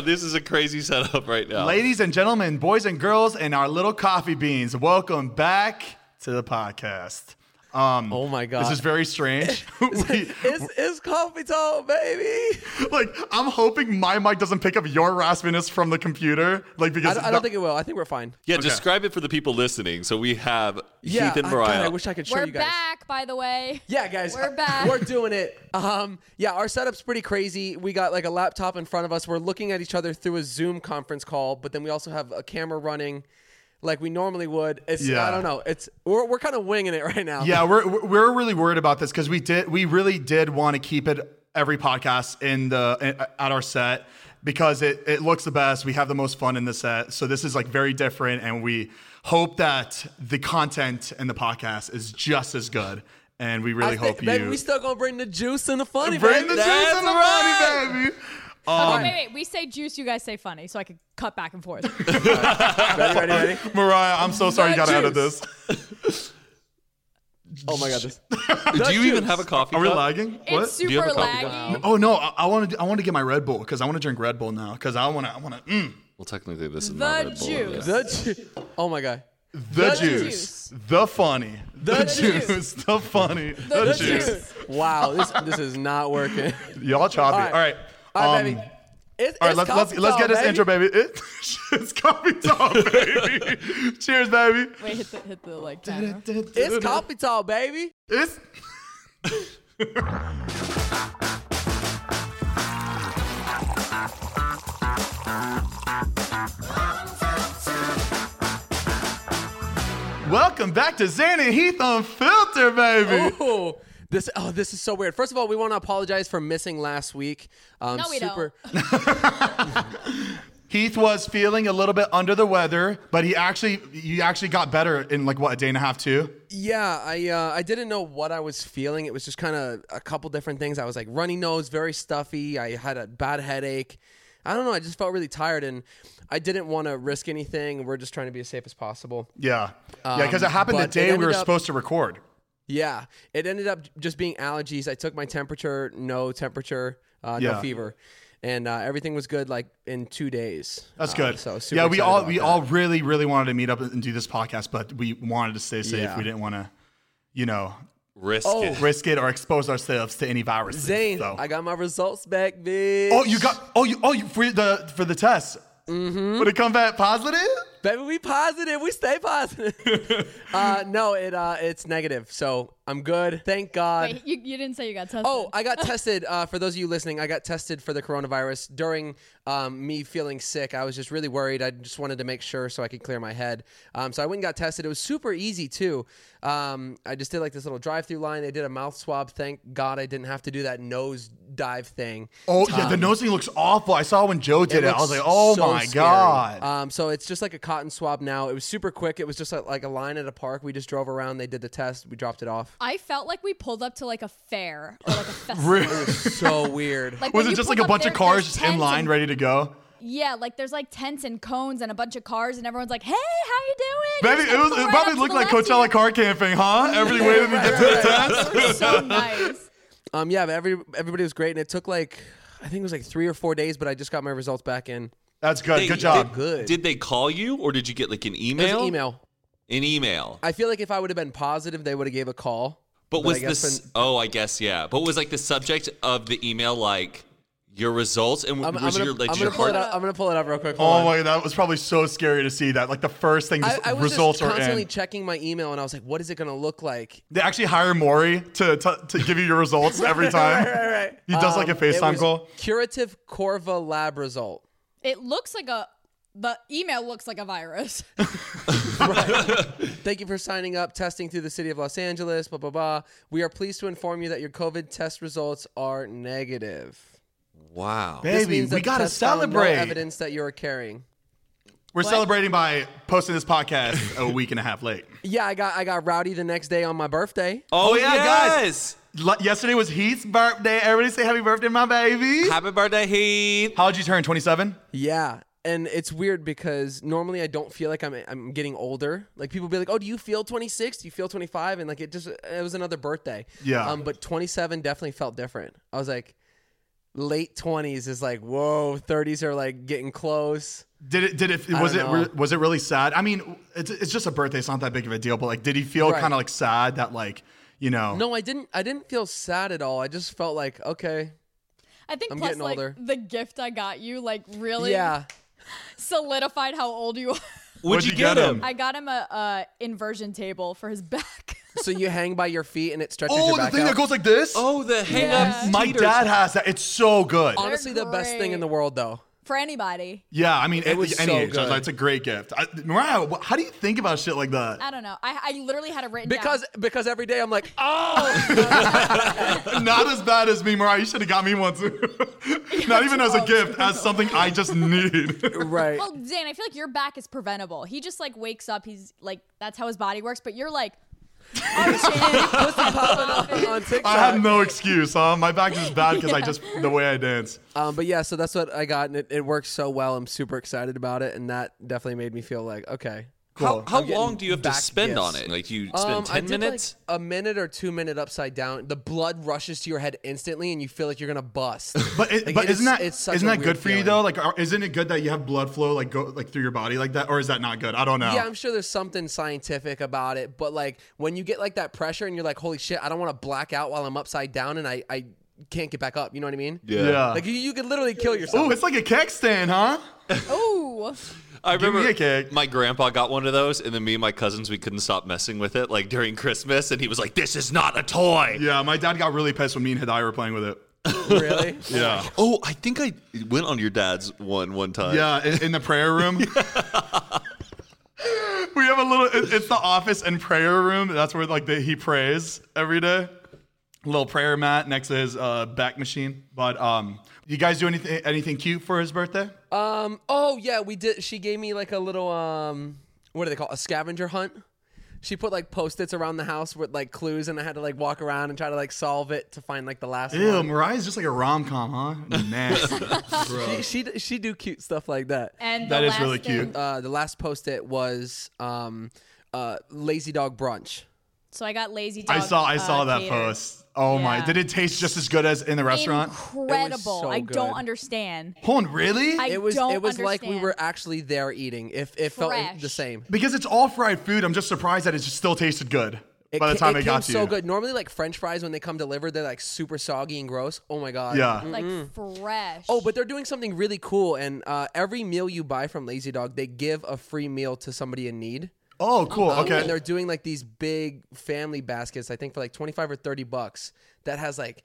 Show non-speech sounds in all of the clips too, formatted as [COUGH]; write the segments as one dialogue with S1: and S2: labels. S1: this is a crazy setup right
S2: Oh.
S1: now.
S3: Ladies and gentlemen, boys and girls, and our little coffee beans, welcome back to the podcast. Um,
S2: Oh my God.
S3: this is
S2: [LAUGHS]
S3: very strange. [LAUGHS] We-
S2: it's, it's coffee time, baby.
S3: like, I'm hoping my mic doesn't pick up your raspiness from the computer. Like,
S2: I
S3: because
S2: don't, I
S3: no-
S2: don't think it will. I think we're fine.
S1: Yeah, describe it for the people listening. So we have
S2: Yeah,
S1: Heath and
S2: I-
S1: Mariah.
S2: God, I wish I could show
S4: We're
S2: you guys.
S4: back, by the way.
S2: Yeah, guys,
S4: We're
S2: [LAUGHS]
S4: back.
S2: We're doing it. Um, yeah, our setup's pretty crazy. We got like a laptop in front of us. We're looking at each other through a Zoom conference call, but then we also have a camera running, like we normally would. It's I
S3: Yeah.
S2: don't know. It's we're, we're kind of winging it right now.
S3: yeah, we're we're really worried about this because we did we really did want to keep it every podcast in the at our set because it it looks the best. We have the most fun in the set, so this is like very different, and we hope that the content in the podcast is just as good. And we
S2: I
S3: really
S2: thi-
S3: hope
S2: baby,
S3: you
S2: we still gonna bring the juice and the funny.
S3: bring
S2: baby.
S3: the juice
S2: That's
S3: and the
S2: right.
S3: money, baby.
S4: okay, Oh, wait, wait. We say juice, you guys say funny, so I could cut back and
S3: [LAUGHS]
S4: forth.
S2: Ready, ready, ready?
S3: Mariah, I'm so sorry you
S2: The
S3: got out of
S2: juice.
S3: this.
S2: Oh my
S3: [LAUGHS]
S2: god, this.
S1: Do you
S2: juice. [LAUGHS]
S1: even have a coffee?
S3: Are we
S1: cup?
S3: lagging?
S4: it's
S1: Do you
S4: super
S1: have a coffee
S4: laggy.
S3: Oh no! I- I want to. I want to get my Red Bull because I want to drink Red Bull now because I want to. I want to. Mm,
S1: Well, technically, this is
S4: The
S1: not Red Bull,
S4: juice.
S1: yeah.
S2: The ju- oh my god.
S3: the,
S2: The
S3: juice, the funny, the,
S4: juice.
S3: juice, the funny, the,
S4: The
S3: juice.
S4: juice.
S2: [LAUGHS] Wow, this this is not working.
S3: Y'all choppy.
S2: All right.
S3: All right.
S2: All right,
S3: um,
S2: baby. It,
S3: all right,
S2: [LAUGHS] it's
S3: let's let's,
S2: coffee
S3: let's
S2: time,
S3: get this
S2: baby.
S3: intro, baby. It, [LAUGHS] it's coffee talk,
S2: [LAUGHS]
S3: baby. Cheers, baby.
S4: Wait, hit the hit the like timer.
S2: It's coffee talk, baby.
S3: It's Welcome back to Zane and Heath Unfiltered, baby.
S2: Ooh, this oh this is so weird. First of all, we want to apologize for missing last week. Um,
S4: No, we
S2: super,
S3: Heath was feeling a little bit under the weather, but he actually you actually got better in like what a day and a half too.
S2: Yeah, I uh, I didn't know what I was feeling. It was just kind of a couple different things. I was like runny nose, very stuffy. I had a bad headache. I don't know. I just felt really tired, and I didn't want to risk anything. We're just trying to be as safe as possible.
S3: Yeah, yeah, because it happened the
S2: Um, but it
S3: day we were
S2: ended up-
S3: supposed to record.
S2: Yeah, it ended up just being allergies. I took my temperature, no temperature, uh, no
S3: Yeah.
S2: fever, and uh, everything was good. Like in two days.
S3: That's
S2: Uh,
S3: good.
S2: so super
S3: yeah, we
S2: excited
S3: all
S2: about
S3: we
S2: that.
S3: all [LAUGHS] really really wanted to meet up and do this podcast, but we wanted to stay safe.
S2: Yeah.
S3: We didn't want to, you know,
S1: Risk
S2: Oh,
S1: it.
S3: risk it or expose ourselves to any viruses.
S2: Zane,
S3: so.
S2: I got my results back, bitch.
S3: oh, you got oh you oh you for the for the test. Mm-hmm. Would it come back positive?
S2: Baby, we positive. We stay positive.
S3: [LAUGHS]
S2: uh, no, it uh, it's negative. So I'm good. Thank God.
S4: Wait, you, you didn't say you got tested.
S2: Oh, I got tested. Uh, for those of you listening, I got tested for the coronavirus during um, me feeling sick. I was just really worried. I just wanted to make sure so I could clear my head. Um, so I went and got tested. It was super easy too. Um, I just did like this little drive-through line. They did a mouth swab. Thank God I didn't have to do that nose dive thing.
S3: Oh yeah, the nose thing looks awful. I saw when Joe did it. I was
S2: looks
S3: like, oh
S2: so
S3: my
S2: scary.
S3: god.
S2: Um, so it's just like a cotton swab now. It was super quick. It was just like, like a line at a park. We just drove around. They did the test. We dropped it off.
S4: I felt like we pulled up to like a fair
S2: [LAUGHS]
S4: or like a festival.
S2: so weird.
S4: Like,
S3: [LAUGHS] was
S4: when
S3: it
S4: you
S3: just
S4: pull
S3: like a
S4: up,
S3: bunch
S4: there-
S3: of cars
S4: there's
S3: just in
S4: tents
S3: line
S4: and-
S3: ready to go?
S4: Yeah, like there's like tents and cones and a bunch of cars, and everyone's like, "Hey, how you doing?"
S3: Baby,
S4: Just,
S3: it
S4: like,
S3: was
S4: pull
S3: it
S4: right up
S3: probably
S4: to
S3: looked
S4: the
S3: like
S4: left,
S3: Coachella
S4: and-
S3: car camping,
S4: [LAUGHS]
S3: huh? Everybody waited to get to the test.
S4: They were so nice.
S2: Um, yeah, but every everybody was great, and it took like I think it was like three or four days, but I just got my results back in.
S3: [LAUGHS] That's good.
S1: They-
S3: good job.
S1: Did,
S2: Good.
S1: Did they call you, or did you get like an
S2: It was
S1: email?
S2: an email.
S1: An email.
S2: I feel like if I would have been positive, they would have gave a call.
S1: But was
S2: I guess
S1: this? Oh, I guess yeah. But was like the subject of the email like your results and
S2: I'm,
S1: w-
S2: I'm
S1: was
S2: gonna,
S1: your like
S2: I'm
S1: your
S2: gonna pull it
S1: heart-
S2: up. I'm gonna pull it up real quick. Hold
S3: Oh
S2: on.
S3: my, that was probably so scary to see that. Like the first thing,
S2: I,
S3: just
S2: I was
S3: results
S2: just
S3: are
S2: constantly
S3: in.
S2: checking my email, and I was like, "What is it gonna look like?"
S3: they actually hire Maury to, to to give you your
S2: [LAUGHS]
S3: results every time. He does like a
S2: Um, it
S3: FaceTime
S2: was
S3: call.
S2: Curative Corva lab result.
S4: It looks like a the email looks like a virus. [LAUGHS]
S2: Thank you for signing up, testing through the city of Los Angeles, blah, blah, blah. We are pleased to inform you that your COVID test results are negative.
S1: Wow.
S2: This
S3: Baby,
S2: means
S3: we
S2: that
S3: gotta
S2: tests found
S3: celebrate.
S2: No evidence that you are carrying.
S3: We're celebrating by posting this podcast a week and a half late.
S2: Yeah, I got I got rowdy the next day on my birthday.
S1: Oh, yeah,
S3: yes. L- yesterday was Heath's birthday. Everybody say happy birthday, my baby.
S1: guys. Happy birthday, Heath.
S3: How'd you turn? 27?
S2: Yeah, and it's weird because normally I don't feel like I'm I'm getting older. Like people be like, "Oh, do you feel 26? Do you feel 25?" And like it just it was another birthday.
S3: Yeah.
S2: Um, but 27 definitely felt different. I was like, late 20s is like, whoa, 30s are like getting close.
S3: Did it? Did it? Was it?
S2: don't
S3: Re-
S2: know.
S3: was it really sad? I mean, it's, it's just a birthday. It's not that big of a deal. But like, did he feel
S2: Right.
S3: kind of like sad that like you know?
S2: No, I didn't. I didn't feel sad at all. I just felt like, okay,
S4: I think
S2: I'm
S4: plus
S2: getting
S4: like
S2: older.
S4: the gift I got you like really
S2: yeah,
S4: solidified how old you are.
S1: Would you get him?
S4: I got him a uh, inversion table for his back. [LAUGHS]
S2: so you hang by your feet and it stretches
S3: Oh,
S2: your
S3: the
S2: back
S3: thing
S2: out.
S3: that goes like this.
S1: Oh, the hang
S4: Yeah.
S1: up.
S3: my
S1: teeters.
S3: dad has that. It's so good.
S2: Honestly, the best thing in the world, though.
S4: for anybody.
S3: yeah, I mean, it
S2: was
S3: any
S2: so
S3: age.
S2: good.
S3: That's a great gift. I, Mariah, wh- how do you think about shit like that?
S4: I don't know. I, I literally had it written down.
S2: Because because every day I'm like, [LAUGHS] oh,
S3: [LAUGHS] Not as bad as me, Mariah. You should have got me
S2: [LAUGHS]
S3: one too. Not even as a
S4: Oh,
S3: gift, as something I just
S2: [LAUGHS]
S3: need. [LAUGHS]
S2: right.
S4: Well, Dan, I feel like your back is preventable. He just like wakes up. He's like, that's how his body works. But you're like,
S3: [LAUGHS]
S2: popping [LAUGHS] on, on TikTok.
S3: I have no excuse, huh? My back is bad because
S2: [LAUGHS]
S3: I just the way I dance.
S2: Um, but yeah, so that's what I got, and it, it works so well. I'm super excited about it, and that definitely made me feel like okay.
S1: How, how
S2: getting
S1: long do you have to
S2: back
S1: spend on
S2: gifts.
S1: it? Like you spend
S2: Um, I
S1: ten
S2: did like,
S1: minutes?
S2: a minute or two minute upside down. The blood rushes to your head instantly, and you feel like you're gonna
S3: [LAUGHS]
S2: bust.
S3: But it,
S2: Like,
S3: but
S2: it is-
S3: isn't that
S2: it's such
S3: isn't
S2: a
S3: that good
S2: weird
S3: for you
S2: feeling.
S3: though? Like, are, isn't it good that you have blood flow like go like through your body like that, or is that not good? I don't
S2: [LAUGHS]
S3: know.
S2: Yeah, I'm sure there's something scientific about it, but like when you get like that pressure and you're like, holy shit, I don't want to black out while I'm upside down and I, I can't get back up. You know what I mean?
S3: yeah.
S2: Like you, you could literally kill
S3: oh,
S2: yourself.
S3: it's like a keg stand, huh?
S4: ooh,
S1: I
S3: Give
S1: remember
S3: me a cake.
S1: my grandpa got one of those, and then me and my cousins we couldn't stop messing with it like during Christmas, and he was like, "This is not a toy."
S3: Yeah, my dad got really pissed when me and Hidai were playing with it.
S2: [LAUGHS] really?
S3: [LAUGHS] Yeah.
S2: [LAUGHS]
S1: Oh, I think I went on your dad's one one time.
S3: Yeah, in, in the
S2: [LAUGHS]
S3: prayer room. we have a little. it- It's the office and prayer room. That's where like the, he prays every day. Little prayer mat next to his uh, back machine. But um, you guys do anything anything cute for his birthday?
S2: Um. Oh yeah, we did. She gave me like a little um. What do they call it? a scavenger hunt? She put like post-its around the house with like clues, and I had to like walk around and try to like solve it to find like the last
S3: Ew,
S2: one.
S3: Mariah's just like a rom com,
S2: [LAUGHS]
S3: huh? Nasty. Gross.
S2: She she do cute stuff like that.
S4: and
S3: That
S4: the
S3: is
S4: last
S3: really
S4: thing-
S3: cute.
S2: Uh, the last post-it was um, uh, lazy dog brunch.
S4: So I got lazy.
S3: [LAUGHS]
S4: Dog,
S3: I saw I
S4: uh,
S3: saw that
S4: catered.
S3: post. Oh my!
S4: Yeah.
S3: Did it taste just as good as in the restaurant?
S4: Incredible.
S2: so
S4: I don't
S2: good.
S4: understand.
S3: Hold on, really?
S4: I
S2: It was
S4: don't
S2: it was like we
S4: understand.
S2: were actually there eating. If it felt
S4: Fresh.
S2: the same.
S3: because it's all fried food. I'm just surprised that it just still tasted good by the
S2: ca-
S3: time it,
S2: came
S3: got to
S2: so
S3: you.
S2: good. Normally, like French fries when they come delivered, they're like super soggy and gross. Oh my god.
S3: Yeah.
S4: like fresh.
S2: Oh, but they're doing something really cool, and uh, every meal you buy from Lazy Dog, they give a free meal to somebody in need.
S3: Oh, cool.
S4: uh-huh.
S3: Okay.
S2: And they're doing like these big family baskets, I think for like 25 or 30 bucks, that has like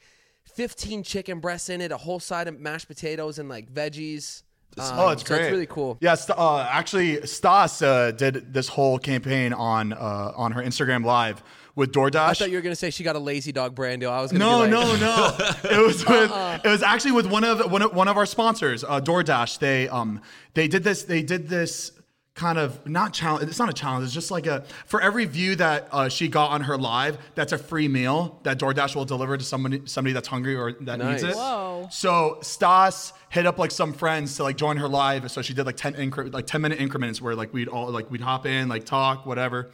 S2: 15 chicken breasts in it, a whole side of mashed potatoes, and like veggies. Um,
S3: Oh, it's
S2: so
S3: great.
S2: It's really cool.
S3: Yeah, St- uh, actually, Stas uh, did this whole campaign on uh, on her Instagram Live with DoorDash.
S2: I thought you were gonna say she got a Lazy Dog brand deal. I was gonna
S3: no,
S2: be like, [LAUGHS] Uh-uh.
S3: no, no. It was with, it was actually with one of one of one of our sponsors, uh, DoorDash. They um they did this they did this kind of not challenge. It's not a challenge. It's just like a for every view that uh, she got on her live, that's a free meal that DoorDash will deliver to somebody somebody that's hungry or that needs
S2: Nice.
S3: it.
S4: Whoa.
S3: So Stas hit up like some friends to like join her live. So she did like ten incre- like ten minute increments where like we'd all like we'd hop in like talk whatever,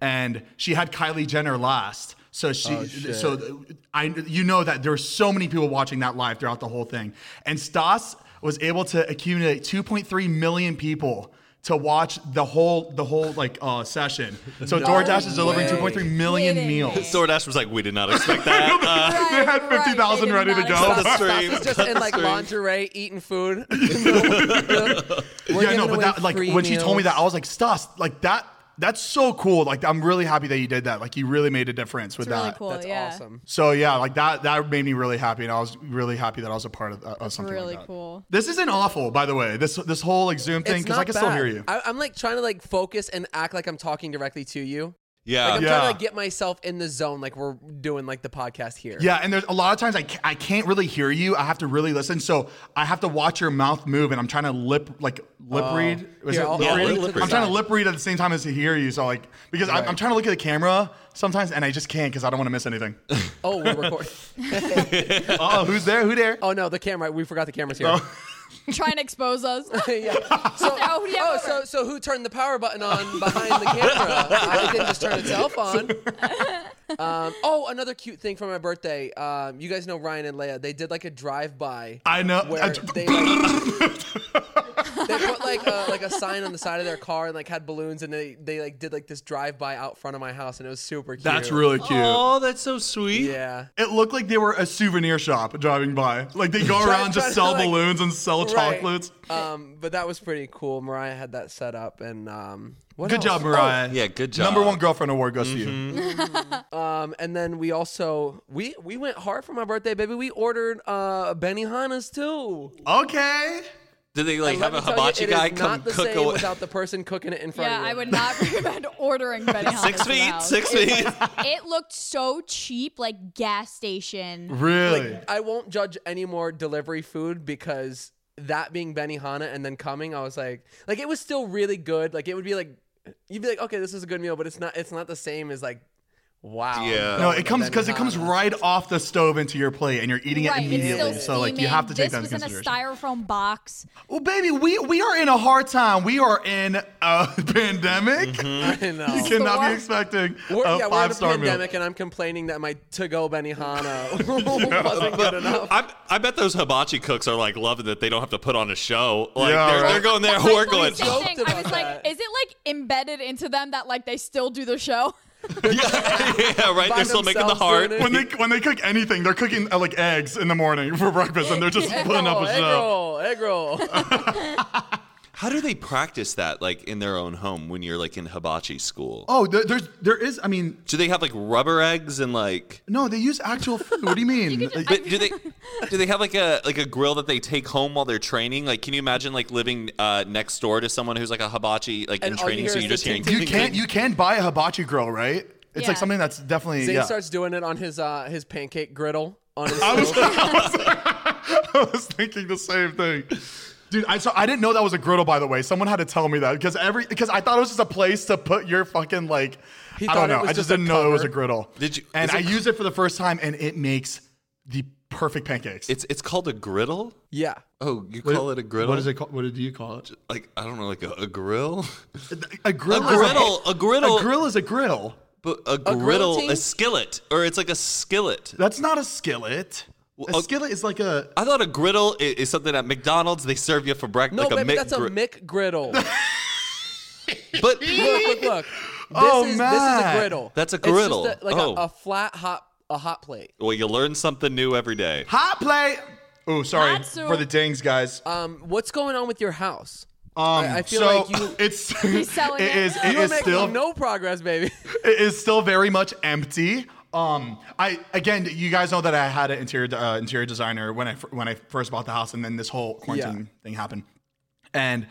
S3: and she had Kylie Jenner last. So she so I you know that there were so many people watching that live throughout the whole thing, and Stas was able to accumulate 2.3 million people to watch the whole the whole like uh, session. So DoorDash is delivering
S2: way.
S3: 2.3 million
S4: Kidding me.
S3: meals.
S1: DoorDash was like, "We did not expect
S3: [LAUGHS]
S1: that." Uh,
S3: they had 50,000 ready to [LAUGHS] go.
S1: Cut the stream.
S2: He's just
S1: Cut
S2: in
S1: the
S3: [LAUGHS]
S2: like
S1: stream.
S2: lingerie eating food.
S3: yeah, no, but that, like when she told me that, I was like, Stas, like that, that's so cool. Like, I'm really happy that you did that. Like, you really made a difference with
S4: it's really
S3: that.
S4: cool.
S2: that's
S4: Oh, yeah.
S2: awesome.
S3: So yeah, like that, that made me really happy, and I was really happy that I was a part of, of something. like
S4: really
S3: that.
S4: cool.
S3: This isn't awful, by the way. This this whole like Zoom thing,
S2: It's
S3: because I
S2: not
S3: can still
S2: bad.
S3: hear you.
S2: I, I'm like trying to like focus and act like I'm talking directly to you.
S1: Yeah.
S2: Like, I'm
S3: Yeah.
S2: trying to like, get myself in the zone, like we're doing like the podcast here.
S3: Yeah, and there's a lot of times I, ca- I can't really hear you. I have to really listen. So I have to watch your mouth move, and I'm trying to lip like lip read. Was
S2: Here,
S3: it
S2: I'll-
S3: lip
S1: I'll
S3: read?
S1: lip read.
S3: I'm trying to lip read at the same time as to hear you. So like because I'm, I'm trying to look at the camera sometimes, and I just can't because I don't want to miss anything.
S2: Oh, we're
S3: [LAUGHS]
S2: recording.
S3: oh, who's there? Who there?
S2: oh no, the camera. We forgot the cameras here.
S4: Trying to expose us.
S2: yeah. So,
S4: [LAUGHS] Oh, yeah,
S2: oh,
S4: over.
S2: so so who turned the power button
S3: [LAUGHS]
S2: on behind the camera? I didn't just turn itself on.
S4: [LAUGHS]
S2: Um, oh, another cute thing for my birthday. Um, you guys know Ryan and Leia. They did like a drive-by.
S3: I know. [LAUGHS]
S2: Where
S3: I-
S2: they, like- they put like a, like a sign on the side of their car and like had balloons and they they like did like this drive-by out front of my house and it was super cute.
S3: That's really cute.
S1: Oh, that's so sweet.
S2: yeah.
S3: It looked like they were a souvenir shop driving by. Like they go around
S2: try to,
S3: just sell
S2: like-
S3: balloons and sell
S2: Right.
S3: chocolates.
S2: Um, but that was pretty cool. Mariah had that set up, and um, what
S3: Good
S2: else? Oh,
S3: job, Mariah.
S1: Yeah, good job. Mm-hmm.
S3: Number one girlfriend award goes to you.
S2: Um, and then we also we we went hard for my birthday, baby. We ordered uh Benihana's too.
S3: Okay.
S1: Did they like
S2: And
S1: have
S2: let
S1: a
S2: me tell
S1: hibachi
S2: you, it is
S1: guy come
S2: not the
S1: cook
S2: same
S1: [LAUGHS] away?
S2: without the person cooking it in front
S4: yeah,
S2: of you.
S4: I would not [LAUGHS] recommend ordering Benihana.
S1: Six
S4: to the
S1: feet,
S4: house.
S1: six
S2: [LAUGHS]
S4: It
S1: feet. [LAUGHS]
S4: was- It looked so cheap, like gas station.
S3: Really?
S2: I won't judge any more delivery food because that being Benihana and then coming, I was like, like it was still really good. Like it would be like, you'd be like, okay, this is a good meal, but it's not, it's not the same as like, wow.
S1: Yeah.
S3: no,
S2: going to
S3: it comes because it comes
S2: Benihana.
S3: right off the stove into your plate, and you're eating it
S4: Right, it's
S3: immediately.
S4: still
S3: So like you have to take
S4: steaming.
S3: that into
S4: This was in a
S3: consideration.
S4: styrofoam box.
S3: well, baby, we we are in a hard time. We are in a [LAUGHS] pandemic.
S2: [LAUGHS]
S1: Mm-hmm.
S2: I know.
S3: [LAUGHS] You cannot be
S4: worst.
S3: expecting
S2: We're, yeah,
S3: a
S2: we're in
S3: five
S2: a
S3: star meal.
S2: pandemic, and I'm complaining that my to-go
S3: [LAUGHS]
S2: Benihana [LAUGHS] wasn't good enough.
S1: I, I bet those hibachi cooks are like loving that they don't have to put on a show. Like
S3: Yeah,
S1: they're,
S3: right.
S1: they're
S4: [LAUGHS]
S1: going there, [LAUGHS]
S4: That's
S1: we're
S4: the
S1: going.
S4: same
S2: joked
S4: thing. I
S2: about
S4: was
S2: that.
S4: like, is it like embedded into them that like they still do the show?
S1: [LAUGHS] yeah, yeah, right.
S2: By
S1: They're still making the
S2: themselves
S1: heart.
S2: doing
S3: When they when they cook anything, they're cooking uh, like eggs in the morning for breakfast, and
S2: [LAUGHS]
S3: they're just putting up
S2: Oh,
S3: a
S2: egg
S3: show.
S2: roll, egg
S3: [LAUGHS]
S2: roll.
S1: How do they practice that, like in their own home when you're like in hibachi school?
S3: Oh, there, there's there is. I mean,
S1: Do they have like rubber eggs and like?
S3: no, they use actual
S2: [LAUGHS]
S3: food. What do you mean? Like-
S1: But do they do they have like a like a grill that they take home while they're training? Like, can you imagine like living uh, next door to someone who's like a hibachi like
S2: And
S1: in
S2: all you
S1: training?
S2: hear
S1: So
S2: is
S1: you're
S2: the
S1: just hearing.
S2: ting-
S3: you can you can buy a hibachi grill, right? It's
S4: Yeah.
S3: like something that's definitely
S2: Zane
S3: yeah.
S2: starts doing it on his uh, his pancake griddle. On his
S3: [LAUGHS] I was thinking the same thing. Dude, I so I didn't know that was a griddle, by the way. Someone had to tell me that because every because I thought it was just a place to put your fucking like
S2: He
S3: I
S2: thought
S3: don't
S2: it
S3: know.
S2: was
S3: I just
S2: just a
S3: didn't know it was a
S2: cover.
S3: griddle.
S1: Did you-
S3: And
S1: is it
S3: I used it for the first time, and it makes the perfect pancakes.
S1: It's it's called a griddle.
S2: yeah,
S1: Oh, you call it a griddle?
S3: What is it called? What do you call it?
S1: Like I don't know, like a, a grill. [LAUGHS]
S3: A grill.
S1: A griddle-
S3: Is
S1: a griddle-
S3: A grill is a grill.
S1: But a
S2: grill
S1: griddle,
S2: team?
S1: a skillet, or it's like a skillet.
S3: That's not a skillet. A
S1: a-
S3: skillet is like a
S1: I thought a griddle i- is, something at McDonald's they serve you for breakfast.
S2: no,
S1: like
S2: baby,
S1: a Mc-
S2: that's a
S1: gri-
S2: Mick
S3: [LAUGHS]
S2: griddle. look,
S1: But
S2: look, look. This
S3: Oh,
S2: is this is
S3: man.
S2: a griddle.
S1: That's a
S2: It's just
S1: griddle.
S2: a- like
S1: Oh.
S2: a, a flat hot a hot plate.
S1: well, you learn something new every day.
S3: hot plate. Oh, sorry
S4: Matsu.
S3: for the dings, guys.
S2: Um, what's going on with your house?
S3: Um,
S2: I feel
S3: so
S2: like you-
S3: [LAUGHS] it's
S4: selling
S3: it
S4: it.
S3: is it
S2: You're
S3: is
S2: making
S3: still
S2: no progress,
S3: [LAUGHS]
S2: baby.
S3: it is still very much empty. Um, I again, you guys know that I had an interior uh, interior designer when I fir- when I first bought the house, and then this whole quarantine thing happened, and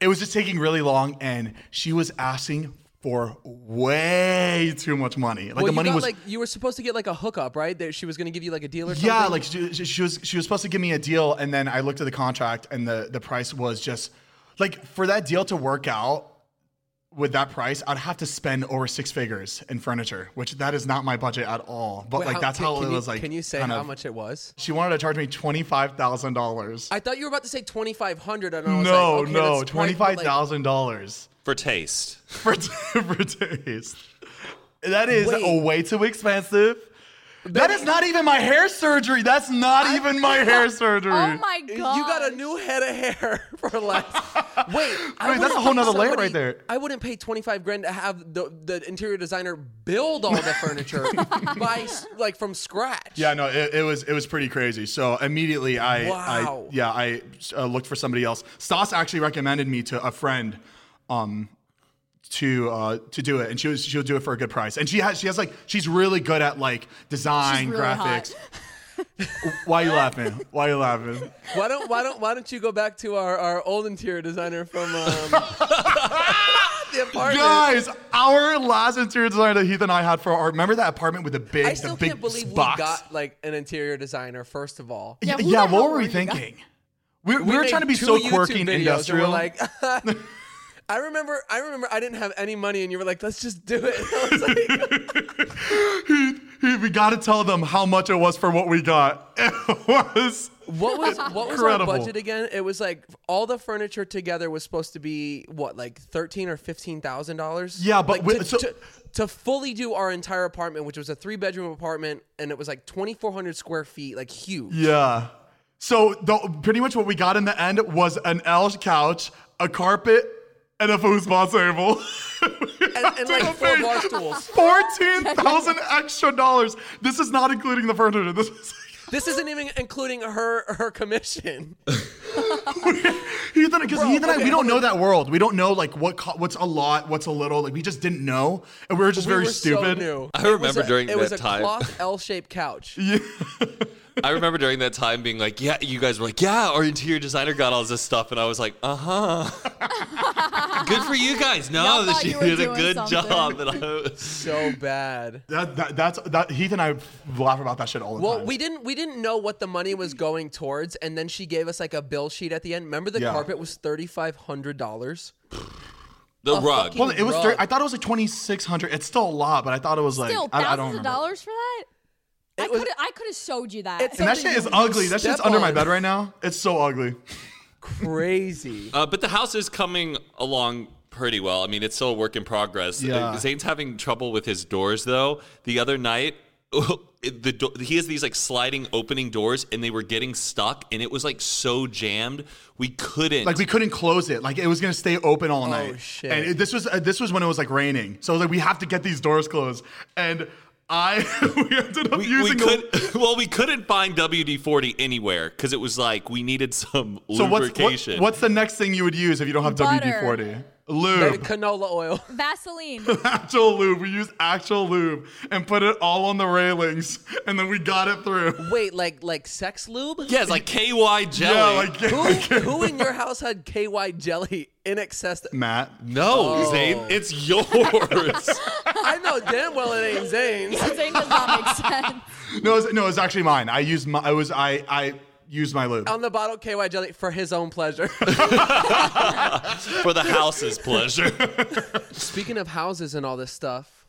S3: it was just taking really long, and she was asking for way too much money. Like
S2: well,
S3: the
S2: you
S3: money
S2: got,
S3: was
S2: like you were supposed to get like a hookup, right? That she was going to give you like a deal or something.
S3: Yeah, like she, she she was she was supposed to give me a deal, and then I looked at the contract, and the the price was just like for that deal to work out with that price, I'd have to spend over six figures in furniture, which that is not my budget at all. But
S2: Wait,
S3: like that's
S2: can-
S3: how
S2: can
S3: it
S2: you-
S3: was like.
S2: Can you say
S3: kind
S2: how
S3: of-
S2: much it was?
S3: She wanted to charge me twenty five thousand dollars.
S2: I thought you were about to say twenty five hundred, and I was
S3: No,
S2: like, okay,
S3: no,
S2: that's right,
S3: twenty
S2: but,
S3: five
S2: like,
S3: thousand dollars
S1: For taste.
S3: for t- [LAUGHS] for taste. That is
S2: Wait.
S3: oh, way too expensive. That is not even my hair surgery. That's not even my hair surgery.
S4: [LAUGHS] [LAUGHS] Oh my
S2: You
S4: god!
S2: got a new head of hair [LAUGHS] for less.
S3: [LAUGHS]
S2: Wait, I
S3: Wait, that's
S2: wouldn't
S3: a whole
S2: pay
S3: nother layer
S2: somebody-
S3: right there.
S2: I wouldn't pay twenty five grand to have the, the interior designer build all the
S3: [LAUGHS]
S2: furniture by s- like from scratch.
S3: Yeah, no, it, it was it was pretty crazy. So immediately I,
S2: Wow.
S3: I yeah, I uh, looked for somebody else. Stas actually recommended me to a friend, um, to uh, to do it, and she was she'll do it for a good price. And she has she has like she's really good at like design
S4: She's really hot.
S3: graphics. Why are you laughing? Why are you laughing?
S2: Why
S3: [LAUGHS]
S2: don't why don't why don't you go back to our, our old interior designer from um, [LAUGHS] the apartment.
S3: Guys, our last interior designer that Heath and I had for our remember that apartment with the big,
S2: I still
S3: the big
S2: can't believe
S3: box.
S2: we got like an interior designer. First of all,
S3: yeah,
S4: who the hell
S3: what were
S4: were
S3: we
S4: you guys?
S3: thinking? We, we,
S2: We
S3: were
S2: made
S3: trying to be
S2: two
S3: so
S2: YouTube
S3: quirky and
S2: videos
S3: industrial.
S2: we're like, [LAUGHS] I remember, I remember, I didn't have any money, and you were like, "Let's just do it." [LAUGHS] I was like,
S3: Heath, Heath, we got to tell them how much it was for what we got. [LAUGHS] It was.
S2: what was what was
S3: Incredible.
S2: our budget again? It was like all the furniture together was supposed to be what, like thirteen or fifteen thousand dollars?
S3: Yeah, but
S2: like,
S3: wi-
S2: to,
S3: so-
S2: to, to fully do our entire apartment, which was a three bedroom apartment, and it was like twenty four hundred square feet, like huge.
S3: Yeah. So the, pretty much what we got in the end was an L couch, a carpet, and a foosball table. [LAUGHS]
S2: And, and like four bar stools.
S3: Fourteen thousand extra dollars. This is not including the furniture. This is
S2: This isn't even including her her commission.
S3: Ethan, because
S2: Bro,
S3: Ethan and I,
S2: okay,
S3: we don't
S2: hold
S3: know that world. We don't know like what co- what's a lot, what's a little. Like we just didn't know, and we were just
S2: We
S3: very
S2: were so
S3: stupid.
S2: new.
S1: I
S2: It was
S1: remember
S2: a-
S1: during
S2: it was
S1: that
S2: a
S1: time.
S2: cloth L-shaped
S3: [LAUGHS]
S2: couch.
S1: I remember during that time being like, yeah, you guys were like, yeah, our interior designer got all this stuff. And I was like, uh
S4: [LAUGHS]
S1: huh. good for you guys. No,
S4: Y'all
S1: that
S4: thought
S1: she
S4: you were
S1: did a
S4: doing
S1: good
S4: something.
S1: job. And I was,
S2: So bad.
S3: That, that that's that. Heath and I laugh about that shit all the
S2: Well,
S3: time.
S2: we didn't we didn't know what the money was going towards, and then she gave us like a bill sheet at the end. Remember the
S3: Yeah.
S2: carpet was thirty five hundred dollars.
S4: Oh,
S1: the rug.
S3: Well, it was.
S2: Rough.
S3: Three, I thought it was like twenty six hundred. It's still a lot, but I thought it was like
S4: Still,
S3: I, I don't
S4: thousands of
S3: remember.
S4: dollars for that? I
S2: It was-
S4: could I could have showed you that.
S2: It's
S3: And that
S2: something
S3: shit is
S2: you
S3: ugly. That shit's
S2: step
S3: under my
S2: on.
S3: bed right now. It's so ugly.
S2: [LAUGHS] Crazy.
S1: Uh, but the house is coming along pretty well. I mean, it's still a work in progress.
S3: Yeah.
S1: Uh, Zane's having trouble with his doors, though. The other night, [LAUGHS] the do- he has these like sliding opening doors, and they were getting stuck, and it was like so jammed we couldn't.
S3: Like we couldn't close it. Like it was gonna stay open all night.
S2: Oh, shit.
S3: And it, this was uh, this was when it was like raining. So I was like, we have to get these doors closed. And I [LAUGHS] we ended up
S1: we, we
S3: using.
S1: could [LAUGHS] well we couldn't find WD forty anywhere because it was like we needed some
S3: [LAUGHS] so what's what,
S1: lubrication.
S3: what's the next thing you would use if you don't have
S4: Butter.
S3: WD forty?
S2: [LAUGHS] Maybe
S3: Lube,
S2: canola oil. [LAUGHS]
S4: Vaseline.
S3: [LAUGHS] actual lube. We used actual lube and put it all on the railings, [LAUGHS] and then we got it through.
S2: Wait, like like sex lube? [LAUGHS]
S1: yeah, it's like KY jelly.
S3: [LAUGHS] Yeah, like
S2: Who who in your house had KY jelly in excess?
S3: Matt. oh.
S1: no, Oh, Zane, it's yours.
S2: I know damn well it ain't Zane's.
S4: Zane does not make sense.
S3: No, it was, no, it's actually mine. I used my. I was. I. I used my lube.
S4: Oh.
S2: On the bottle KY jelly for his own pleasure.
S1: for the house's
S3: [LAUGHS]
S1: pleasure.
S2: [LAUGHS] Speaking of houses and all this stuff,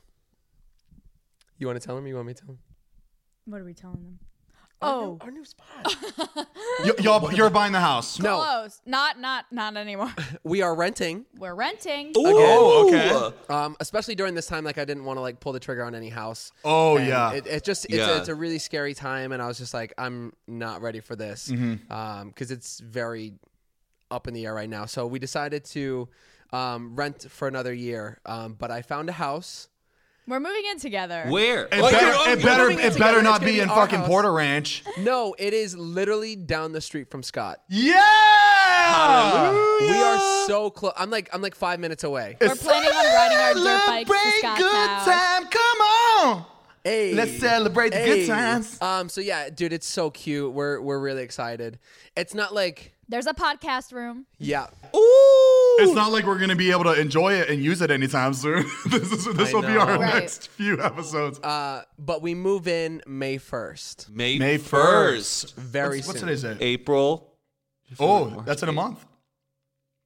S2: you want to tell him? Or you want me to tell him?
S4: What are we telling them? Oh,
S2: Our new spot.
S3: Y- y'all, you're buying the house.
S2: no,
S4: close. Not not not anymore. [LAUGHS]
S2: we are renting.
S4: We're renting.
S1: Oh,
S3: okay.
S2: Um, especially during this time, like I didn't want to like pull the trigger on any house.
S3: Oh
S2: And
S3: yeah.
S2: it, it just it's, a,
S1: Yeah.
S2: it's a really scary time, and I was just like, I'm not ready for this,
S3: Mm-hmm.
S2: um, because it's very up in the air right now. So we decided to um, rent for another year. Um, but I found a house.
S4: We're moving in together.
S1: Where?
S3: It better,
S2: you're-
S3: it
S2: you're moving in
S3: better, it
S2: together.
S3: better
S2: It's
S3: not
S2: gonna
S3: be
S2: be
S3: in
S2: our
S3: fucking
S2: house.
S3: Porter
S4: [LAUGHS]
S3: Ranch.
S2: No, it is literally down the street from Scott.
S3: Yeah!
S2: We are so close. I'm like I'm like five minutes away.
S4: We're planning on riding our dirt bikes to Scott's
S3: good
S4: house.
S3: time. Come on.
S2: Hey.
S3: Let's celebrate the good
S2: Hey.
S3: times.
S2: Um. So yeah, dude, it's so cute. We're we're really excited. It's not like
S4: There's a podcast room.
S2: yeah.
S3: It's not like we're gonna be able to enjoy it and use it anytime soon. [LAUGHS] this is this
S2: I
S3: will be our
S2: know.
S4: Right.
S3: next few episodes.
S2: Uh. But we move in May first.
S1: May,
S3: May
S1: 1st.
S2: Very
S3: What's
S2: soon.
S3: today's uh, date?
S1: April.
S3: Oh, that's in a month.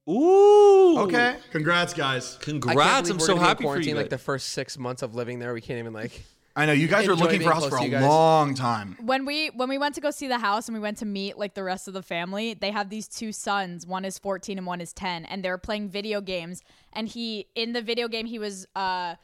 S1: Ooh.
S3: Okay. Congrats, guys.
S2: I can't
S1: Congrats.
S2: believe
S1: I'm
S2: we're
S1: so
S2: gonna be in
S1: happy for you.
S2: quarantine, Like the
S3: [LAUGHS]
S1: guys.
S2: first six months of living there, we can't even like.
S3: I know you guys were
S2: Enjoy
S3: looking
S2: being
S3: for us
S2: close
S3: for
S2: to
S3: a
S2: you guys.
S3: long time.
S4: When we when we went to go see the house and we went to meet like the rest of the family, they have these two sons. One is 14 and one is 10, and they're playing video games. And he in the video game he was uh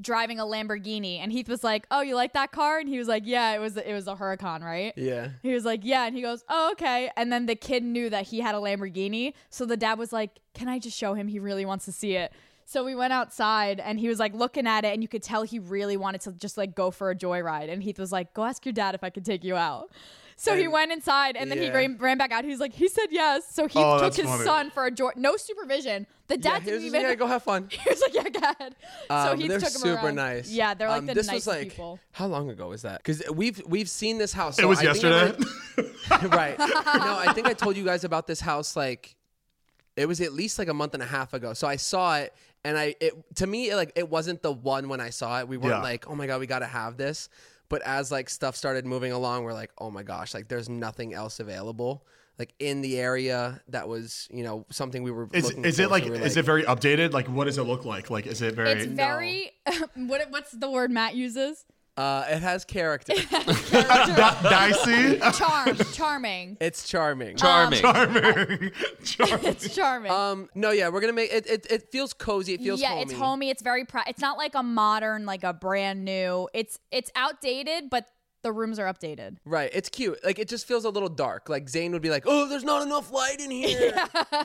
S4: driving a Lamborghini and Heath was like, "Oh, you like that car?" And he was like, "Yeah, it was it was a Huracan, right?"
S2: Yeah.
S4: He was like, "Yeah," and he goes, "Oh, okay." And then the kid knew that he had a Lamborghini, so the dad was like, "Can I just show him? He really wants to see it." So we went outside, and he was like looking at it, and you could tell he really wanted to just like go for a joyride. And Heath was like, "Go ask your dad if I could take you out." So he went inside, and then he
S2: yeah.
S4: ran, ran back out. He's like, "He said yes." So he
S3: Oh,
S4: took
S3: that's
S4: his
S3: funny.
S4: son for a joy, no supervision. The
S2: Yeah.
S4: dad
S2: Here's
S4: didn't
S2: just-
S4: even.
S2: yeah. Go have fun.
S4: [LAUGHS] He was like, "Yeah, go ahead." so
S2: Um,
S4: he
S2: they're
S4: took him
S2: super
S4: around.
S2: nice.
S4: Yeah, they're like
S2: Um,
S4: the
S2: this
S4: nicest
S2: was like
S4: people.
S2: how long ago was that? Because we've we've seen this house.
S3: It
S2: so
S3: was [LAUGHS]
S2: I think I
S3: yesterday.
S2: [LAUGHS] might- right. No, I think I told you guys about this house like It was at least like a month and a half ago. So I saw it and I it to me it, like it wasn't the one when I saw it. We weren't
S3: Yeah.
S2: like, "Oh my god, we got to have this." But as like stuff started moving along, we're like, "Oh my gosh, like there's nothing else available." Like in the area that was, you know, something we were
S3: Is,
S2: looking
S3: is
S2: for.
S3: it
S2: So
S3: like,
S2: we were
S3: is it very updated? Like, what does it look like? Like, is it very?
S4: It's very [LAUGHS] what what's the word Matt uses?
S2: uh it has
S4: [LAUGHS]
S2: character.
S3: Di- dicey. [LAUGHS]
S4: Charm, charming.
S2: it's charming.
S1: Charming.
S4: It's charming.
S2: Um, no, yeah, we're gonna make it. It, it feels cozy. It feels
S4: yeah,
S2: homey.
S4: it's homey. It's very pri- it's not like a modern, like a brand new. It's it's outdated, but the rooms are updated.
S2: Right, it's cute. Like it just feels a little dark. Like Zane would be like, "Oh, there's not enough light
S4: [LAUGHS]
S2: in here."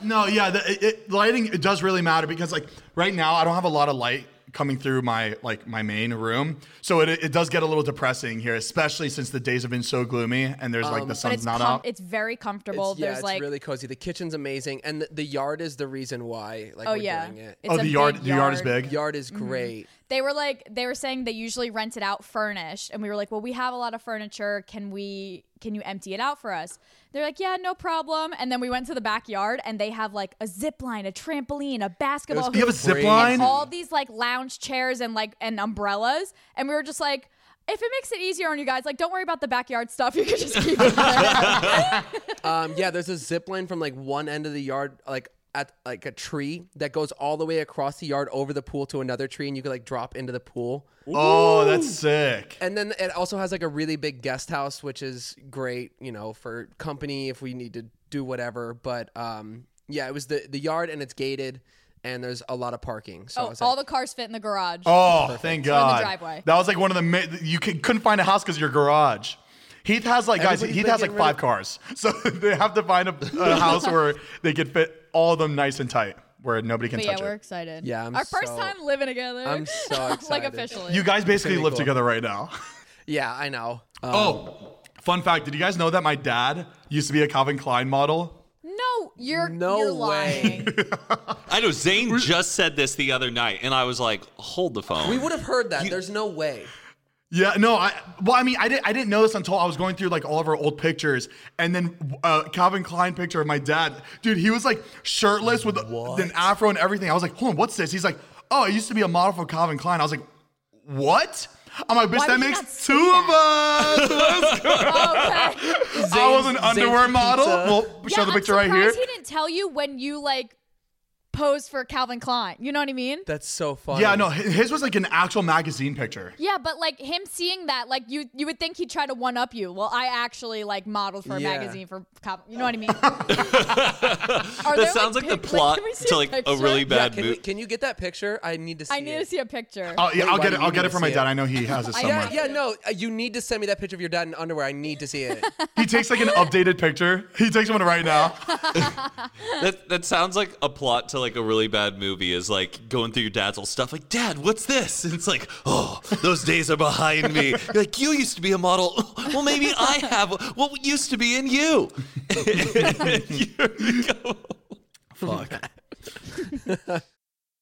S3: no, yeah, the, it, it, lighting it does really matter because like right now I don't have a lot of light coming through my like my main room, so it it does get a little depressing here, especially since the days have been so gloomy and there's like the
S4: Um, But
S3: sun's
S4: it's
S3: not
S4: com-
S3: out.
S4: it's very comfortable.
S2: It's- yeah,
S4: There's
S2: it's
S4: like
S2: really cozy. The kitchen's amazing, and the, the yard is the reason why. Like,
S4: oh
S2: we're
S4: yeah.
S2: doing it.
S4: It's Mm-hmm.
S3: Oh,
S4: a
S3: the yard,
S4: big
S3: the yard is big.
S2: Yard is great.
S4: They were like they were saying they usually rent it out furnished and we were like, "Well, we have a lot of furniture. Can we can you empty it out for us?" They're like, "Yeah, no problem." And then we went to the backyard and they have like a zip line, a trampoline, a basketball
S3: You have a
S4: hoop,
S3: zip
S2: crazy.
S3: line.
S4: and all these like lounge chairs and like and umbrellas and we were just like if it makes it easier on you guys, like don't worry about the backyard stuff. [LAUGHS] You could
S2: [LAUGHS]
S4: just keep it. there."
S2: Um, yeah, there's a zip line from like one end of the yard, like at like a tree that goes all the way across the yard over the pool to another tree, and you could like drop into the pool.
S3: Oh, that's sick.
S2: And then it also has like a really big guest house, which is great, you know, for company if we need to do whatever. But um, yeah, it was the the yard and it's gated, and there's a lot of parking. So I
S4: oh,
S2: was like,
S4: all the cars fit in the garage.
S3: Oh, thank God.
S4: driveway.
S3: That was like one of the ma- you could, couldn't find a house because your garage. Heath has like guys.
S2: Everybody's
S3: Heath
S2: been
S3: has like
S2: getting rid
S3: five
S2: of-
S3: cars, [LAUGHS] so they have to find a, a house where they could fit all of them nice and tight, where nobody can
S4: but yeah,
S3: touch
S4: we're
S3: it.
S4: excited.
S2: Yeah, I'm
S4: our first
S2: so-
S4: time living together.
S2: I'm
S4: [LAUGHS]
S2: so
S4: like
S2: excited.
S4: officially.
S3: You guys basically
S2: pretty
S3: live
S2: cool.
S3: together right now. [LAUGHS]
S4: oh.
S2: yeah, I know. Um,
S3: Oh, fun fact! Did you guys know that my dad used to be a Calvin Klein model?
S4: No, you're
S2: No
S4: you're
S2: way. [LAUGHS]
S4: lying.
S1: I know Zane just said this the other night, and I was like, "Hold the
S3: Oh.
S1: phone."
S2: we would have heard that. there's no way.
S3: Yeah, no, I well, I mean, I didn't, I didn't know this until I was going through like all of our old pictures, and then uh, Calvin Klein picture of my dad, dude, he was like shirtless with an afro and everything. I was like, hold on, what's this? He's like, oh, I used to be a model for Calvin Klein. I was like, what? I'm like, bitch,
S4: Why
S3: that
S4: would you
S3: makes
S4: not say
S3: two
S2: [LAUGHS]
S3: of us.
S4: okay.
S3: I was an
S2: Zane's
S3: underwear
S2: pizza.
S3: model. We'll show the
S4: I'm
S3: picture right here.
S4: surprised He didn't tell you when you like posed for Calvin Klein. You know what I mean?
S2: That's so funny.
S3: Yeah, no, hi- his was like an actual magazine picture.
S4: yeah, but like him seeing that, like you you would think he'd try to one up you. Well, I actually like modeled for a
S2: Yeah.
S4: magazine for Calvin. You know what
S2: [LAUGHS]
S4: I mean? that
S1: that sounds like
S4: [LAUGHS]
S1: the plot to like a really
S2: Yeah,
S1: bad
S2: can, we,
S1: movie.
S2: can you get that picture? I need to see
S4: I need
S2: it.
S4: to see a picture.
S3: Oh yeah,
S2: Wait, why
S3: I'll get
S2: do
S3: it.
S2: you
S3: I'll
S2: need
S3: get
S2: to
S3: it for
S2: see
S3: my
S2: it?
S3: dad. I know he has it somewhere.
S2: Yeah, yeah, no. uh, You need to send me that picture of your dad in underwear. I need to see it.
S3: [LAUGHS] He takes like an updated picture. He takes one right now.
S1: That that sounds like a plot to like a really bad movie. Is like going through your dad's old stuff. Like, Dad, what's this? And it's like, oh, those days are behind me. You're like, you used to be a model. [LAUGHS] Well, maybe I have what used to be in you. [LAUGHS]
S3: Fuck.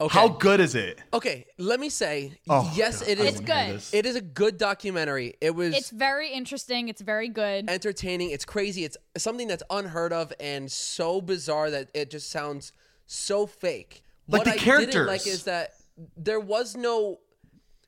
S2: Okay.
S3: How good is it?
S2: Okay, let me say
S3: Oh,
S2: yes.
S3: God,
S2: It
S3: I
S2: is.
S4: It's
S3: wanna hear
S4: good.
S3: this.
S2: Eh, It is a good documentary. It was
S4: It's very interesting. It's very good.
S2: entertaining. It's crazy. It's something that's unheard of and so bizarre that it just sounds so fake.
S3: Like
S2: what
S3: the
S2: I didn't
S3: characters.
S2: like is that there was no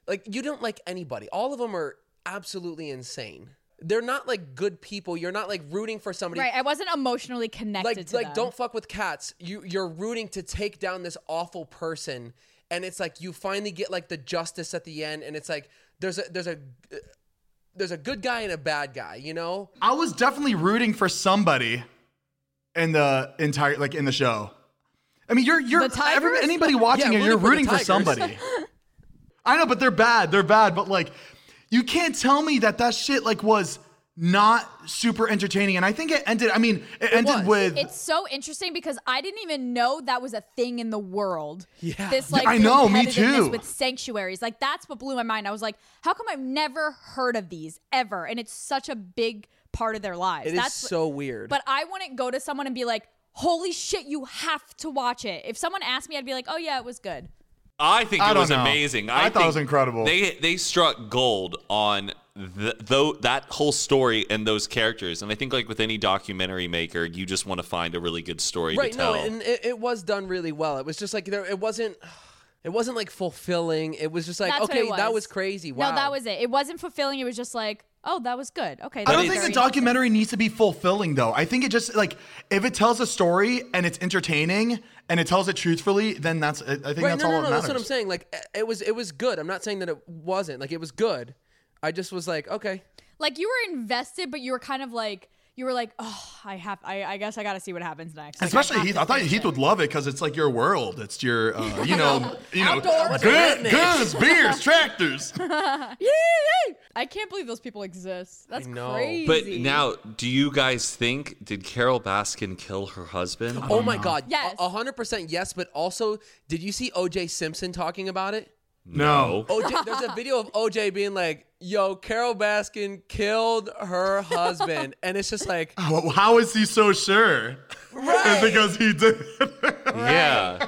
S2: like you don't like anybody. All of them are absolutely insane. They're not like good people. You're not like rooting for somebody.
S4: Right. I wasn't emotionally connected
S2: like
S4: to
S2: like
S4: them.
S2: don't fuck with cats you you're rooting to take down this awful person and it's like you finally get like the justice at the end and it's like there's a there's a there's a good guy and a bad guy you know
S3: I was definitely rooting for somebody in the entire like in the show. I mean, you're you're
S4: The Tigers?
S3: every- anybody watching
S2: Yeah,
S3: it, you're
S2: rooting
S3: rooting
S2: for
S3: for,
S2: the Tigers.
S3: somebody.
S2: [LAUGHS]
S3: I know, but they're bad. They're bad, but like you can't tell me that that shit like was not super entertaining and I think it ended I mean, it,
S2: was.
S3: ended with
S4: It's so interesting because I didn't even know that was a thing in the world. Yeah. This like
S3: I know, me
S4: competitiveness
S3: too.
S4: With sanctuaries, like that's what blew my mind. I was like, how come I've never heard of these ever? And it's such a big part of their lives.
S2: It is
S4: that's
S2: so weird
S4: But I wouldn't go to someone and be like, holy shit, you have to watch it. If someone asked me, I'd be like, oh yeah, it was good.
S1: I think
S3: I
S1: it
S3: don't
S1: was
S3: know.
S1: amazing.
S3: I thought it
S1: think
S3: was incredible.
S1: They they struck gold on th- though that whole story and those characters. And I think like with any documentary maker, you just want to find a really good story
S2: right
S1: to
S2: no
S1: tell.
S2: and it, it was done really well it was just like there it wasn't it wasn't like fulfilling it was just like
S4: That's what
S2: okay
S4: it
S2: that
S4: was.
S2: was crazy wow
S4: No, that was it. It wasn't fulfilling. It was just like, oh, that was good. Okay.
S3: I
S4: that
S3: don't
S4: was
S3: think the
S4: very
S3: documentary needs to be fulfilling though. I think it just like if it tells a story and it's entertaining and it tells it truthfully, then that's I I think
S2: right
S3: that's
S2: no
S3: all
S2: no no
S3: that matters.
S2: that's what i'm saying like it was it was good i'm not saying that it wasn't like it was good i just was like okay
S4: like you were invested, but you were kind of like you were like, oh, I have, I, I guess I got to see what happens next. Like,
S3: Especially
S4: have
S3: Heath,
S4: to
S3: I thought
S4: finish
S3: Heath
S4: it.
S3: would love it because it's like your world. It's your, uh, you know, you know,
S4: Outdoors.
S3: good,
S2: Redneck.
S3: guns, beers, tractors.
S4: I can't believe those people exist. That's
S2: know.
S4: crazy.
S1: but now, do you guys think did Carol Baskin kill her husband?
S2: Oh
S3: Um,
S2: my god.
S4: Yes.
S2: A hundred percent yes, but also did you see OJ Simpson talking about it?
S3: No.
S2: OJ there's a video of OJ being like, yo, Carol Baskin killed her husband. and it's just like
S3: Well, How is he so sure? Right. because he did.
S1: Yeah.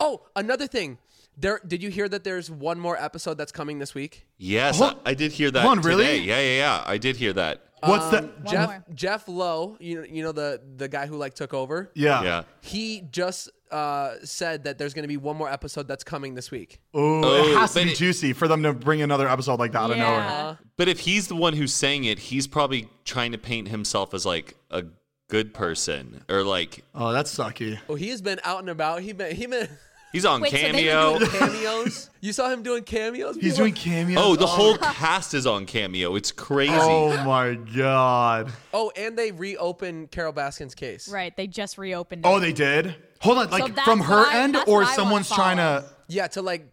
S2: Oh, another thing. There did you hear that there's one more episode that's coming this week?
S1: Yes,
S3: Hold-
S1: I, I did hear that.
S3: Hold on, really?
S1: today. Yeah, yeah, yeah. I did hear that.
S3: What's the?
S2: Jeff
S4: more.
S2: Jeff Lowe, you know you know the the guy who like took over.
S3: Yeah.
S1: Yeah.
S2: He just uh, said that there's gonna be one more episode that's coming this week.
S3: Ooh, it
S1: Oh,
S3: has to
S1: but
S3: be
S1: it-
S3: juicy for them to bring another episode like that out of nowhere.
S4: yeah.
S1: But if he's the one who sang it, he's probably trying to paint himself as like a good person or like
S3: Oh, that's sucky.
S2: Oh, he has been out and about. He been he been
S1: he's on
S4: Wait, so they-
S1: cameo.
S3: [LAUGHS]
S2: cameos. you saw him doing cameos.
S3: He's
S2: People-
S3: doing cameos.
S1: oh, the
S3: [LAUGHS]
S1: whole cast is on cameo. It's crazy.
S3: Oh my god.
S2: Oh, and they reopen Carol Baskin's case.
S4: right? They just reopened.
S3: Oh,
S4: it.
S3: they did. Hold on, like
S4: that's
S3: from her
S4: what I-
S3: end,
S4: that's
S3: or
S4: what I wanna
S3: someone's trying to.
S2: Yeah, to like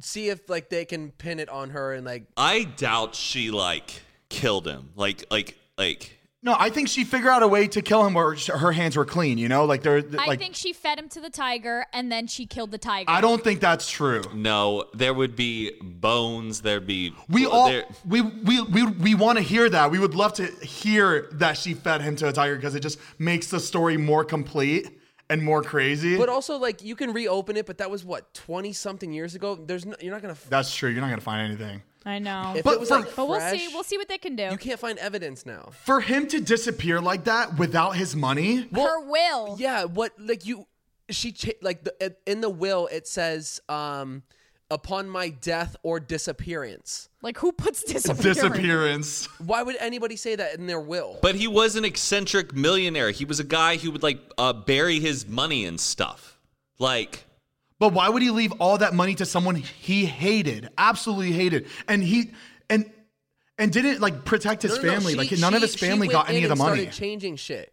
S2: see if like they can pin it on her and like
S1: I doubt she like killed him. Like like like
S3: No, I think she figured out a way to kill him where sh- her hands were clean. You know, like they're
S4: I
S3: like.
S4: think she fed him to the tiger and then she killed the tiger.
S3: I don't think that's true.
S1: no, there would be bones, there'd be
S3: We all
S1: there-
S3: we we we, we want to hear that. We would love to hear that she fed him to a tiger because it just makes the story more complete and more crazy.
S2: but also like you can reopen it, but that was what 20 something years ago. There's no, you're not going to
S3: That's true. You're not gonna find anything.
S4: I know.
S2: if
S4: But,
S2: it was
S3: for-
S2: like
S4: we'll
S2: fresh,
S4: see. We'll see what they can do.
S2: You can't find evidence now.
S3: For him to disappear like that without his money,
S4: her will.
S2: Yeah, what like you she cha- like the, it- in the will it says um upon my death or disappearance.
S4: Like who puts [LAUGHS] disappearing?
S3: disappearance.
S2: Why would anybody say that in their will?
S1: But he was an eccentric millionaire. He was a guy who would like uh, bury his money and stuff. Like
S3: But why would he leave all that money to someone he hated, absolutely hated, and he and and didn't like protect his
S2: No, no, no,
S3: family?
S2: she-
S3: like none of
S2: she-
S3: his
S2: she
S3: family
S2: went
S3: got any
S2: in
S3: of the
S2: and
S3: money.
S2: Started changing shit.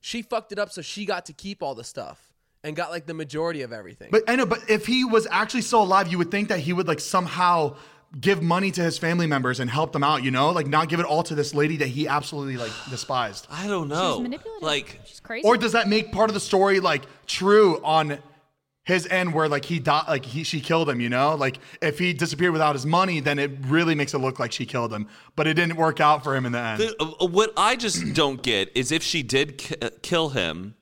S2: She fucked it up, so she got to keep all the stuff and got like the majority of everything.
S3: But I know, but if he was actually still alive, you would think that he would like somehow give money to his family members and help them out, you know? Like not give it all to this lady that he absolutely like despised.
S1: I don't
S4: She's
S1: know.
S4: manipulative.
S1: Like,
S4: she's crazy.
S3: Or does that make part of the story like true on his end where like he died like he she killed him, you know? Like if he disappeared without his money, then it really makes it look like she killed him. But it didn't work out for him in the end.
S1: the- uh, uh, what I just [CLEARS THROAT] don't get is if she did ki- uh, kill him,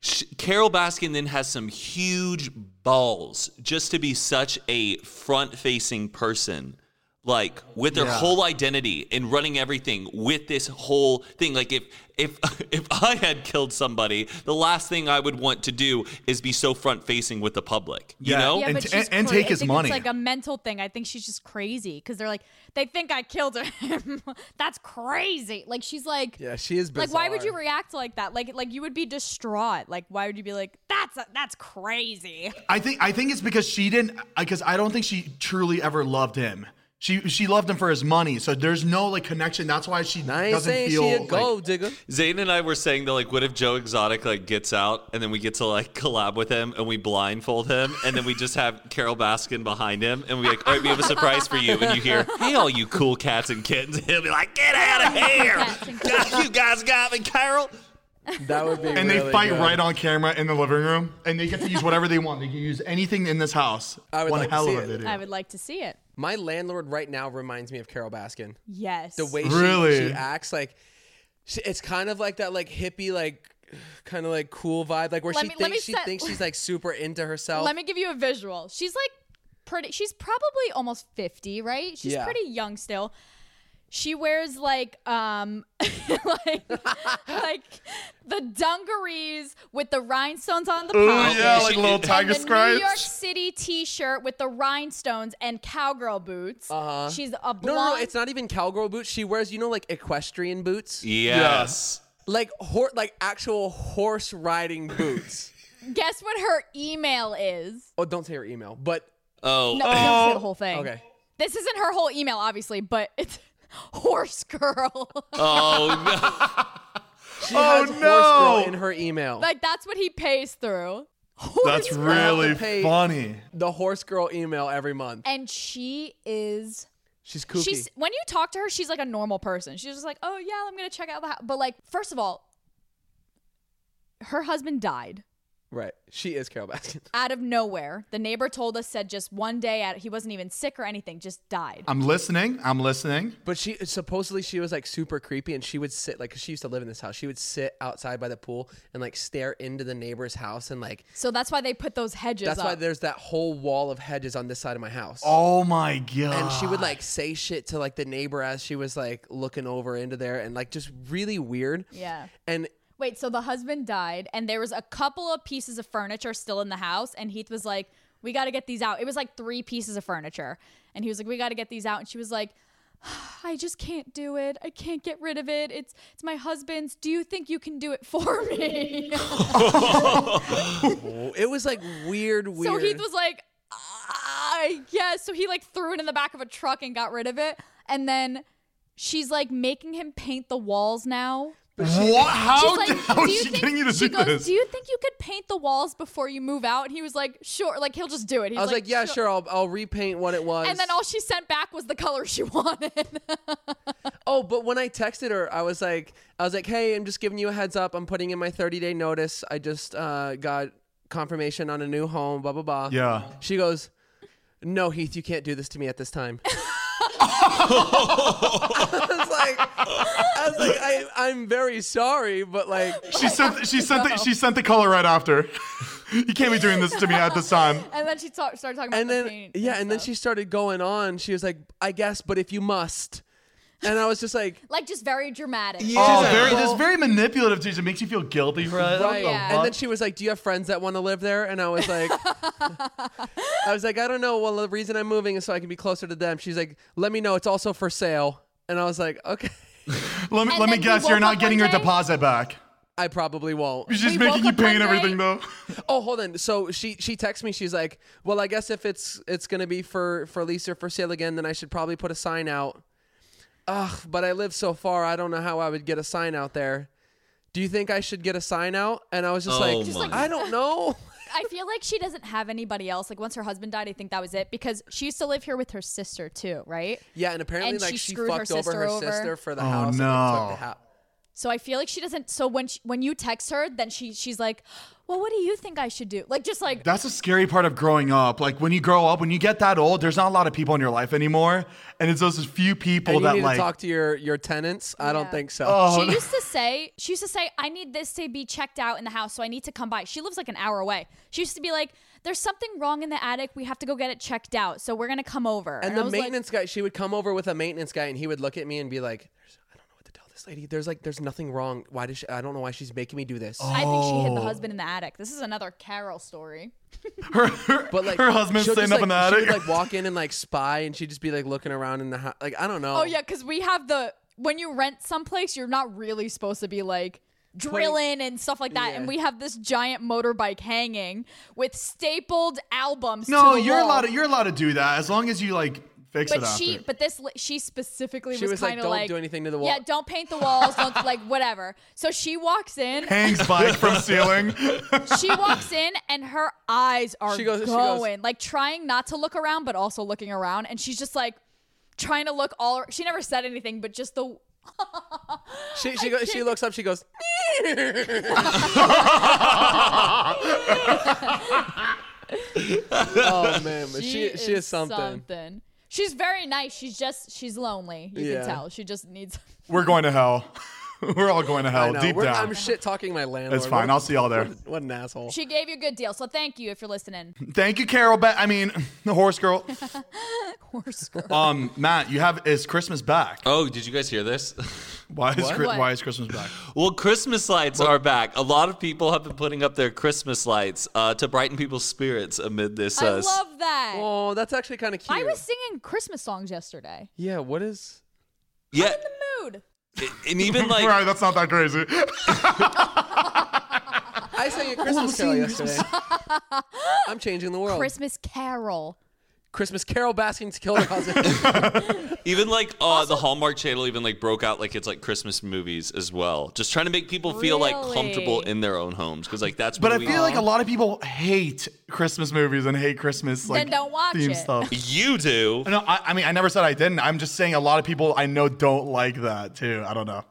S1: sh- Carol Baskin then has some huge balls just to be such a front-facing person. Like with their whole identity and running everything with this whole thing. Like if if [LAUGHS] if I had killed somebody, the last thing I would want to do is be so front facing with the public. You
S3: Yeah.
S1: know?
S4: yeah,
S3: Oh, and
S4: but
S3: t-
S4: she's
S3: and
S4: cra-
S3: take his
S4: I think
S3: money.
S4: It's like a mental thing. I think she's just crazy because they're like, they think I killed him. [LAUGHS] That's crazy. Like she's like,
S2: Yeah, she is
S4: like why would you
S2: bizarre.
S4: react like that? Like like you would be distraught. Like why would you be like that's that's crazy?
S3: I think I think it's because she didn't because I don't think she truly ever loved him. She she loved him for his money, so there's no like connection. That's why she
S2: I ain't
S3: doesn't
S2: saying
S3: feel
S2: she a
S3: like-
S2: gold digger.
S1: Zayn and I were saying that like, what if Joe Exotic like gets out and then we get to like [LAUGHS] collab with him and we blindfold him and then we just have Carol Baskin behind him and we like, all right, we have a surprise for you and you hear, hey, all you cool cats and kittens, [LAUGHS] and he'll be like, get out of
S4: Cats
S1: here,
S4: and kittens.
S1: God, you guys got me, Carol.
S2: That would be.
S3: and they
S2: really
S3: fight
S2: good.
S3: right on camera in the living room, and they get to use whatever they want. They can use anything in this house.
S2: I would
S3: One
S2: like to
S3: hell
S2: see
S3: of a
S2: it.
S3: video.
S4: I would like to see it.
S2: My landlord right now reminds me of Carol Baskin.
S4: Yes.
S2: The way
S3: Really?
S2: she, she acts, like she, it's kind of like that, like hippie, like kind of like cool vibe, like where
S4: Let
S2: she
S4: me- let me
S2: thinks she
S4: set-
S2: thinks
S4: [LAUGHS]
S2: she's like super into herself.
S4: Let me give you a visual. She's like pretty. She's probably almost fifty, right? She's
S2: Yeah.
S4: pretty young still. She wears like um [LAUGHS] like like the dungarees with the rhinestones on the
S3: Ooh,
S4: pocket.
S3: yeah, like
S1: She-
S3: little
S1: and the
S3: tiger
S4: and the New York
S3: stripes.
S4: City T-shirt with the rhinestones and cowgirl boots. Uh-huh. She's a blonde.
S2: no, no, no, it's not even cowgirl boots. She wears, you know, like equestrian boots,
S1: Yes.
S2: like hor- like actual horse riding boots.
S4: Guess what her email is?
S2: oh, don't say her email, but
S1: Oh,
S4: No, don't say the whole thing.
S2: okay.
S4: This isn't her whole email, obviously, but it's [LAUGHS] horse girl.
S1: oh
S4: [LAUGHS]
S1: no.
S2: She has horse girl
S3: Oh, no!
S2: in her email.
S4: like that's what he pays through. [LAUGHS]
S3: That's
S4: Horse-
S3: really
S2: to pay-
S3: funny.
S2: the horse girl email every month.
S4: and she is
S2: She's kooky.
S4: she's when you talk to her, she's like a normal person. She's just like, oh yeah, I'm gonna check out the house. But like, first of all, her husband died
S2: right. She is Carol Baskin. [LAUGHS]
S4: out of nowhere. The neighbor told us said just one day at he wasn't even sick or anything, just died.
S2: Uh,
S3: I'm listening. I'm listening.
S2: But she supposedly she was like super creepy, and she would sit like 'cause she used to live in this house. She would sit outside by the pool and like stare into the neighbor's house, and like
S4: so that's why they put those hedges
S2: that's
S4: up.
S2: why there's that whole wall of hedges on this side of my house.
S3: Oh my god.
S2: and she would like say shit to like the neighbor as she was like looking over into there, and like just really weird.
S4: yeah.
S2: And
S4: Wait, so the husband died, and there was a couple of pieces of furniture still in the house, and Heath was like, "We got to get these out." It was like three pieces of furniture, and he was like, "We got to get these out," and she was like, [SIGHS] "I just can't do it. I can't get rid of it. It's it's my husband's. Do you think you can do it for me?"
S2: it was like weird, weird.
S4: so Heath was like, "I guess." So he like threw it in the back of a truck and got rid of it, and then she's like making him paint the walls now.
S3: what? How,
S4: She's like,
S3: how
S4: do
S3: is
S4: you
S3: she
S4: think,
S3: getting you to
S4: she
S3: do
S4: goes,
S3: this?
S4: Do you think you could paint the walls before you move out? And he was like, sure. Like he'll just do it. He's
S2: I was like, yeah,
S4: "Sure."
S2: sure, I'll, I'll repaint what it was.
S4: And then all she sent back was the color she [LAUGHS] wanted.
S2: Oh, but when I texted her, I was like, I was like, hey, I'm just giving you a heads up. I'm putting in my 30 day notice. I just uh, got confirmation on a new home. Blah blah blah.
S4: [LAUGHS]
S3: Yeah.
S2: She goes, no, Heath, you can't do this to me at this time. [LAUGHS] I was like, I was like, I, I'm very sorry, but like,
S3: She sent. She sent. The, she sent the color right after. you can't be doing this to me at Oh, this
S4: [LAUGHS]
S3: time.
S4: and then she ta- started talking about
S2: and
S4: the
S2: then
S4: paint.
S2: yeah, and then she
S4: stuff.
S2: started going on. She was like, I guess, but if you must, and I was just like.
S4: like just very dramatic.
S3: Oh,
S2: like,
S3: very.
S2: well-
S3: This very manipulative, dude. It makes you feel guilty for it. What
S2: Right.
S3: the
S4: Yeah.
S3: fuck?
S2: And then she was like, "Do you have friends that want to live there?" And I was like, "I was like, I don't know. Well, the reason I'm moving is so I can be closer to them." She's like, "Let me know. It's also for sale." And I was like, "Okay,
S3: Let me, let me
S4: And then we
S3: guess, you're
S4: woke
S3: not
S4: up
S3: getting
S4: one
S3: your
S4: day-
S3: deposit back.
S2: I probably won't."
S3: She's
S4: We woke
S3: making you
S4: up
S3: pay
S4: one
S3: and
S4: day-
S3: everything, though.
S2: Oh, hold on. So she she texts me. She's like, "Well, I guess if it's it's gonna be for for lease or for sale again, then I should probably put a sign out." Ugh, but I live so far. I don't know how I would get a sign out there. Do you think I should get a sign out? And I was just
S1: Oh
S2: like,
S1: Just like-
S2: "I don't know."
S4: I feel like she doesn't have anybody else. Like once her husband died, I think that was it because she used to live here with her sister too, right?
S2: Yeah, and apparently
S4: And
S2: like
S4: she
S2: she,
S4: screwed her
S2: fucked over
S4: sister
S2: her
S4: over.
S2: sister for the
S3: Oh,
S2: house. and
S3: no.
S2: took the house.
S4: So I feel like she doesn't. So when she, when you text her, then she she's like, "Well, what do you think I should do?" Like just like
S3: That's a scary part of growing up. Like when you grow up, when you get that old, there's not a lot of people in your life anymore, and it's those few people
S2: And you
S3: that Oh.
S2: need
S3: like.
S2: to talk to your your tenants. I don't think so.
S4: she used to say she used to say i need this to be checked out in the house so i need to come by she lives like an hour away she used to be like there's something wrong in the attic we have to go get it checked out so we're gonna come over
S2: and
S4: I
S2: the
S4: was like,
S2: maintenance guy, she would come over with a maintenance guy, and he would look at me and be like, "There's- "I don't know what to tell this lady. There's like, there's nothing wrong. Why does she? I don't know why she's making me do this."
S3: Oh.
S4: i think she hid the husband in the attic this is another carol story
S3: her, her,
S2: But like
S3: her husband's
S2: she'll
S3: standing
S2: just,
S3: up in the
S2: like-
S3: attic.
S2: She would like walk in and like spy, and she'd just be like looking around in the house. Like I don't know.
S4: oh yeah because we have the when you rent someplace you're not really supposed to be like drilling and stuff like that and we have this giant motorbike hanging with stapled albums
S3: no,
S4: to the
S3: you're
S4: wall.
S3: allowed. To, you're allowed to do that as long as you like fix
S4: But
S3: it after.
S4: she, but this, li- she specifically
S2: She was like,
S4: kind of
S2: "Don't do anything to the wall."
S4: Yeah, don't paint the walls.
S2: [LAUGHS]
S4: Don't like whatever. So she walks in.
S3: Hangs bike
S2: [LAUGHS]
S3: from ceiling.
S4: she walks in, and her eyes are
S2: She goes- she goes-
S4: going, like trying not to look around, but also looking around, and she's just like trying to look all. She never said anything, but just the.
S2: She she, go, she looks up. She [LAUGHS] goes, "Oh man, but she she is, something."
S4: something. She's very nice. She's just she's lonely. You
S2: Yeah.
S4: can tell. She just needs.
S3: We're going to hell. [LAUGHS] We're all going to
S2: I
S3: hell
S2: know.
S3: deep
S2: We're-
S3: down.
S2: I'm shit talking my landlord.
S3: it's fine.
S2: What-
S3: I'll see
S2: [LAUGHS]
S3: y'all there.
S2: What an asshole.
S4: She gave you a good deal, so thank you if you're listening.
S3: Thank you, Carol. Ba- I mean, [LAUGHS] the horse girl.
S4: [LAUGHS] Horse girl.
S3: Um, Matt, you have is Christmas back?
S1: Oh, did you guys hear this?
S3: Why is Chri-
S4: What?
S3: why is Christmas
S2: [LAUGHS]
S3: back?
S1: [LAUGHS] Well, Christmas lights are back. A lot of people have been putting up their Christmas lights uh, to brighten people's spirits amid this.
S4: I
S1: uh, s-
S4: love that.
S2: Oh, that's actually kind of cute.
S4: I was singing Christmas songs yesterday.
S2: yeah. What is?
S1: yeah,
S4: Mood.
S1: and [LAUGHS] even like
S3: [LAUGHS] right, that's not that crazy.
S2: I sang a Christmas carol yesterday. [LAUGHS] I'm changing the world.
S4: Christmas Carol.
S2: Christmas Carol Baskins killed her husband. [LAUGHS]
S1: Even like uh, the Hallmark Channel even like broke out like it's like Christmas movies as well, just trying to make people feel like comfortable
S4: Really?
S1: in their own homes because like that's
S3: But I
S1: what we-
S3: feel like a lot of people hate Christmas movies and hate Christmas like
S4: don't watch
S3: theme
S4: it.
S3: stuff.
S1: you do.
S3: No, I, I mean, I never said I didn't. I'm just saying a lot of people I know don't like that too. I don't know.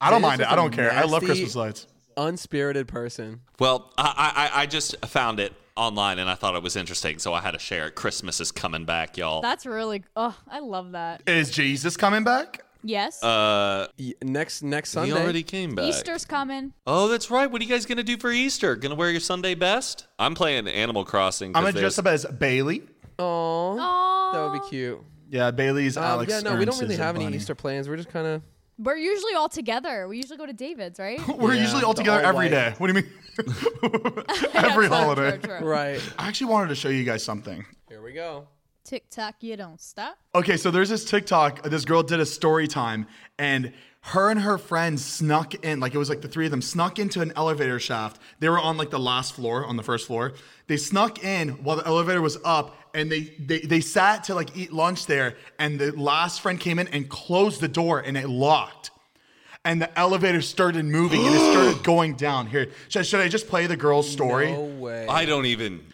S3: I don't
S2: That is
S3: mind it.
S2: just
S3: I
S2: a
S3: don't care. I love
S2: nasty-
S3: Christmas lights.
S2: Unspirited person.
S1: Well, I, I I just found it online and I thought it was interesting, so I had to share it. Christmas is coming back, y'all.
S4: That's really. Oh, I love that.
S3: Is Jesus coming back?
S4: Yes.
S3: Uh,
S2: Y- Next next
S1: he
S2: Sunday.
S1: already came back.
S4: Easter's coming.
S1: Oh, that's right. What are you guys gonna do for Easter? Gonna wear your Sunday best? I'm playing Animal Crossing. 'cause
S3: I'm gonna
S1: there's-
S3: dress up as Bailey.
S2: Aw,
S4: Oh,
S2: that would be cute.
S3: Yeah, Bailey's
S2: Um,
S3: Alex.
S2: yeah, no, we don't
S3: Ernst's
S2: really
S3: and
S2: have any
S3: Bunny.
S2: Easter plans. We're just kind of.
S4: we're usually all together. We usually go to
S3: [LAUGHS]
S4: David's, right?
S3: We're usually all
S2: the
S3: together
S2: all
S3: every
S2: white.
S3: day. What do you
S2: [LAUGHS]
S3: mean? [LAUGHS] every holiday.
S4: True, true.
S2: Right.
S3: I actually wanted to show you guys something.
S2: Here we go.
S4: Tic Tac, you don't stop.
S3: Okay, so there's this TikTok. This girl did a story time, and her and her friends snuck in. Like it was like the three of them snuck into an elevator shaft. They were on like the last floor, on the first floor. They snuck in while the elevator was up, and they they, they sat to like eat lunch there. And the last friend came in and closed the door, and it locked. And the elevator started moving, and it started going down. Here, should, should I just play the girl's story?
S2: No way.
S1: I don't even.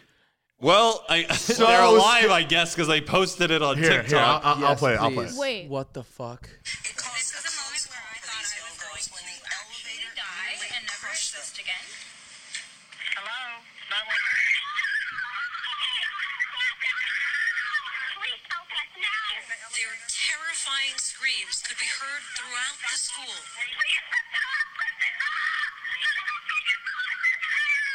S1: Well, I, [LAUGHS] they're alive, I guess, because they posted it on
S3: Here,
S1: TikTok.
S3: here, I'll, I'll-
S2: Yes,
S3: I'll play it. I'll play it.
S2: please.
S4: Wait.
S2: What the fuck?
S5: This was a moment where I thought I was going to actually die and never exist again. Hello? Please help us now! Their terrifying screams could be heard throughout the school.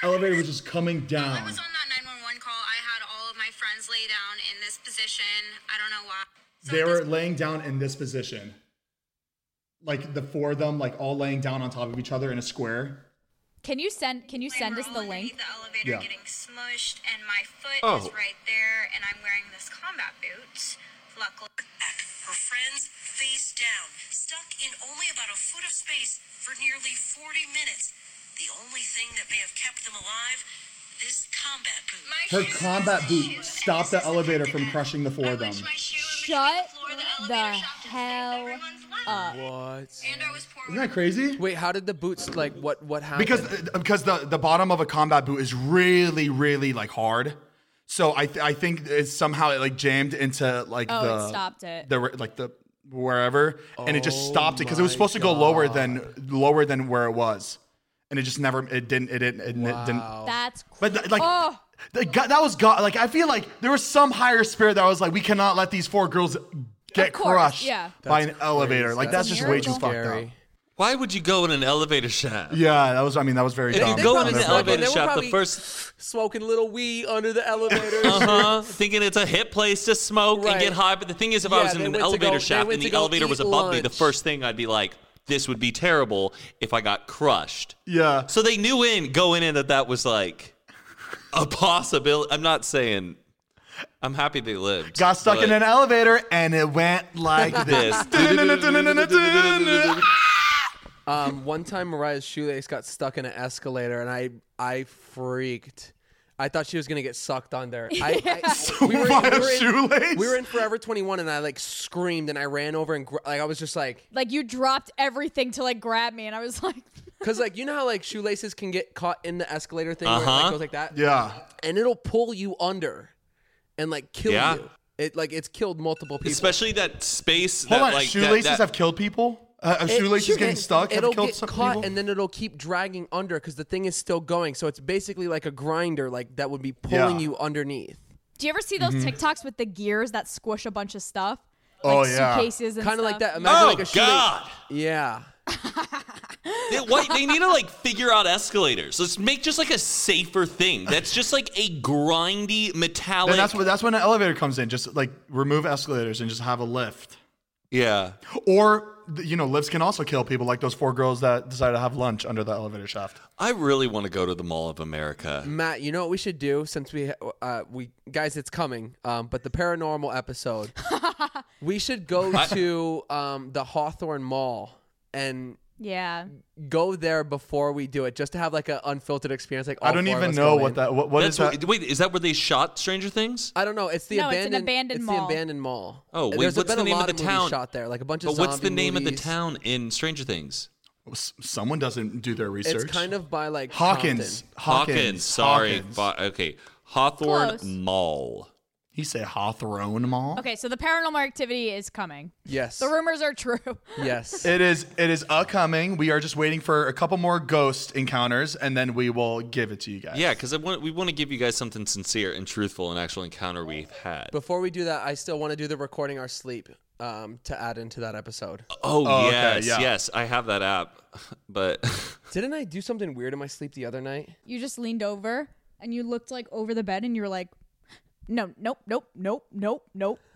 S3: Elevator was just coming
S5: I
S3: down.
S5: was on that 911 call. I had all of my friends lay down in this position. I don't know why.
S3: they were laying down in this position like the four of them like all laying down on top of each other in a square
S4: Can you send? Can you send
S5: We're
S4: us
S5: all
S4: the
S5: underneath
S4: link?
S5: The elevator
S3: Yeah.
S5: getting smushed, and my foot
S1: Oh.
S5: is right there, and I'm wearing this combat boot. Luckily, her friends face down, stuck in only about a foot of space for nearly 40 minutes. The only thing that may have kept them alive, this combat boot.
S3: her combat boot stopped the elevator from crushing the four of them
S5: My shoe
S4: Shut the hell
S5: up.
S2: What?
S5: And I was poor
S3: Isn't that crazy?
S2: Wait, how did the boots like? What? What happened?
S3: because uh, because the the bottom of a combat boot is really really like hard. So I th- I think it's somehow it like jammed into like
S4: Oh, it
S3: the
S4: stopped it.
S3: the re- like the wherever and it just
S2: Oh
S3: stopped it because it was
S2: my
S3: supposed to go lower than lower than where it was and it just never it didn't it didn't it didn't
S4: That's cr-
S3: but th- like
S4: Oh.
S3: the gu- that was God like I feel like there was some higher spirit that was like we cannot let these four girls get
S4: Of course,
S3: crushed
S4: yeah.
S3: by an elevator like that's,
S4: That's
S3: just way too
S4: miracle.
S3: fucked up
S2: Scary.
S1: Why would you go in an elevator shaft?
S3: yeah that was I mean that was very
S1: If
S3: dumb.
S1: you go
S2: probably
S1: in an
S2: smoking-
S1: elevator
S2: they were
S1: shaft,
S2: probably- [LAUGHS]
S1: the first,
S2: Smoking little weed under the elevator. [LAUGHS]
S1: uh-huh, thinking it's a hit place to smoke
S2: Right.
S1: and get high. But the thing is, if
S2: Yeah,
S1: I was in
S2: they
S1: an
S2: went to
S1: elevator
S2: go- they
S1: shaft
S2: went
S1: and
S2: to
S1: the
S2: go
S1: elevator was
S2: eat
S1: above me, the
S2: lunch.
S1: first thing I'd be like, "This would be terrible if I got crushed."
S3: yeah
S1: So they knew in going in that that was like a possibility. I'm not saying. I'm happy they lived.
S3: Got stuck in
S1: but
S3: an elevator and it went like this.
S1: this.
S2: Um, one time Mariah's shoelace got stuck in an escalator, and I I freaked. I thought she was gonna get sucked under. I, I, we, were,
S3: Mariah's
S2: we, were in,
S3: shoelace?
S2: we were in Forever 21, and I like screamed, and I ran over and gr- like I was just like,
S4: like you dropped everything to like grab me, and I was [LAUGHS] like,
S2: cause like you know how like shoelaces can get caught in the escalator thing where it like,
S1: Uh-huh.
S2: goes like that,
S3: yeah.
S2: and it'll pull you under, and like kill
S1: Yeah.
S2: you. It like it's killed multiple people.
S1: Especially that space.
S3: Hold
S1: that,
S3: on,
S1: like, that-
S3: shoelaces
S1: that-
S3: have killed people? Uh, uh,
S2: It-
S3: shoelaces getting
S2: it-
S3: stuck have
S2: It'll
S3: killed
S2: get
S3: some
S2: caught
S3: people?
S2: and then it'll keep dragging under because the thing is still going. So it's basically like a grinder, like that would be pulling
S3: Yeah.
S2: you underneath.
S4: "Do you ever see those TikToks with the gears that squish a bunch of stuff? Like
S3: Mm-hmm. Oh, yeah.
S4: suitcases and
S2: Kind of like
S4: stuff?
S2: that. Imagine
S1: Oh
S2: like a shoelace.
S1: God!
S2: Yeah.
S1: They, why, they need to like figure out escalators. Let's make just like a safer thing. That's just like a grindy metallic.
S3: Then that's, when, that's when an elevator comes in. Just like remove escalators and just have a lift.
S1: yeah.
S3: Or, th- you know, lifts can also kill people, like those four girls that decided to have lunch under the elevator shaft.
S1: I really want to go to the Mall of America.
S3: Mm,
S2: Matt, you know what we should do since we uh, we guys it's coming, um, but the paranormal episode. we should go
S1: I-
S2: to um, the Hawthorne Mall and
S4: Yeah.
S2: go there before we do it, just to have like an unfiltered experience. Like
S3: I
S2: all
S3: don't
S2: four of
S3: even
S2: us
S3: know
S2: go
S3: what
S2: in.
S3: that. What, what
S1: that's
S3: is that?
S1: what, wait. Is that where they shot Stranger Things?
S2: I don't know. It's the
S4: No, it's
S2: abandoned.
S4: an abandoned
S2: it's
S4: mall.
S2: the abandoned mall.
S1: Oh, wait,
S2: There's
S1: what's
S2: been
S1: the
S2: a
S1: name of
S2: lot
S1: the
S2: movies
S1: town?
S2: shot there, like a bunch of.
S1: But what's the
S2: zombie
S1: name of the
S2: movies.
S1: town in Stranger Things?
S3: S- Someone doesn't do their
S2: It's
S3: research.
S2: kind of by like
S3: Hawkins.
S2: Compton.
S3: Hawkins.
S1: sorry.
S3: Hawkins.
S1: Fa- okay. Hawthorne
S4: Close.
S1: Mall.
S3: He said Hawthorne Mall.
S4: Okay, so the paranormal activity is coming.
S2: Yes.
S4: The rumors are true. [LAUGHS]
S3: [LAUGHS]
S2: yes.
S3: It is. It is a coming. We are just waiting for a couple more ghost encounters, and then we will give it to you guys.
S1: Yeah, because want, we want to give you guys something sincere and truthful, an actual encounter we've had.
S2: Before we do that, I still want to do the recording our sleep um, to add into that episode.
S1: Oh,
S3: Oh, okay,
S1: yes,
S3: yeah.
S1: yes, I have that app, [LAUGHS] but
S2: Didn't I do something weird in my sleep the other night?
S4: You just leaned over and you looked like over the bed and you were like, no, nope, nope, nope, nope, nope.
S3: [LAUGHS]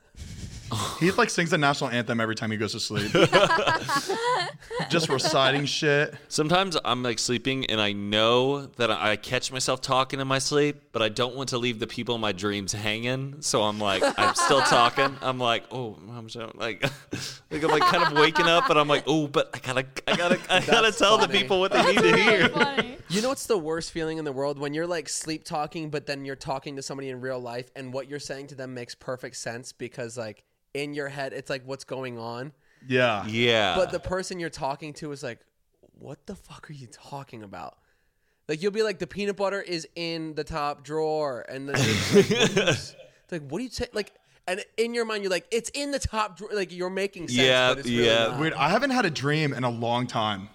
S3: He like sings the national anthem every time he goes
S2: [LAUGHS]
S3: to sleep. just reciting shit.
S1: sometimes I'm like sleeping and I know that I I catch myself talking in my sleep, but I don't want to leave the people in my dreams hanging, so I'm like I'm still talking. I'm like, oh, I'm so like, [LAUGHS] like I'm like kind of waking up, but I'm like, oh, but I gotta, I gotta, I gotta
S2: That's
S1: tell
S2: funny.
S1: the people what they need
S3: [LAUGHS]
S1: to hear.
S4: Funny.
S2: You know what's the worst feeling in the world when you're like sleep talking, but then you're talking to somebody in real life, and what you're saying to them makes perfect sense because like in your head, it's like what's going on,
S3: Yeah.
S1: Yeah,
S2: but the person you're talking to is like, what the fuck are you talking about? Like you'll be like, the peanut butter is in the top drawer, and then it's like, what are you s- it's
S1: [LAUGHS]
S2: like, what do you say? Like, and in your mind, you're like, it's in the top drawer. Like you're making sense.
S1: Yeah,
S2: but it's really
S1: yeah.
S2: not.
S3: Weird. I haven't had a dream in a long time.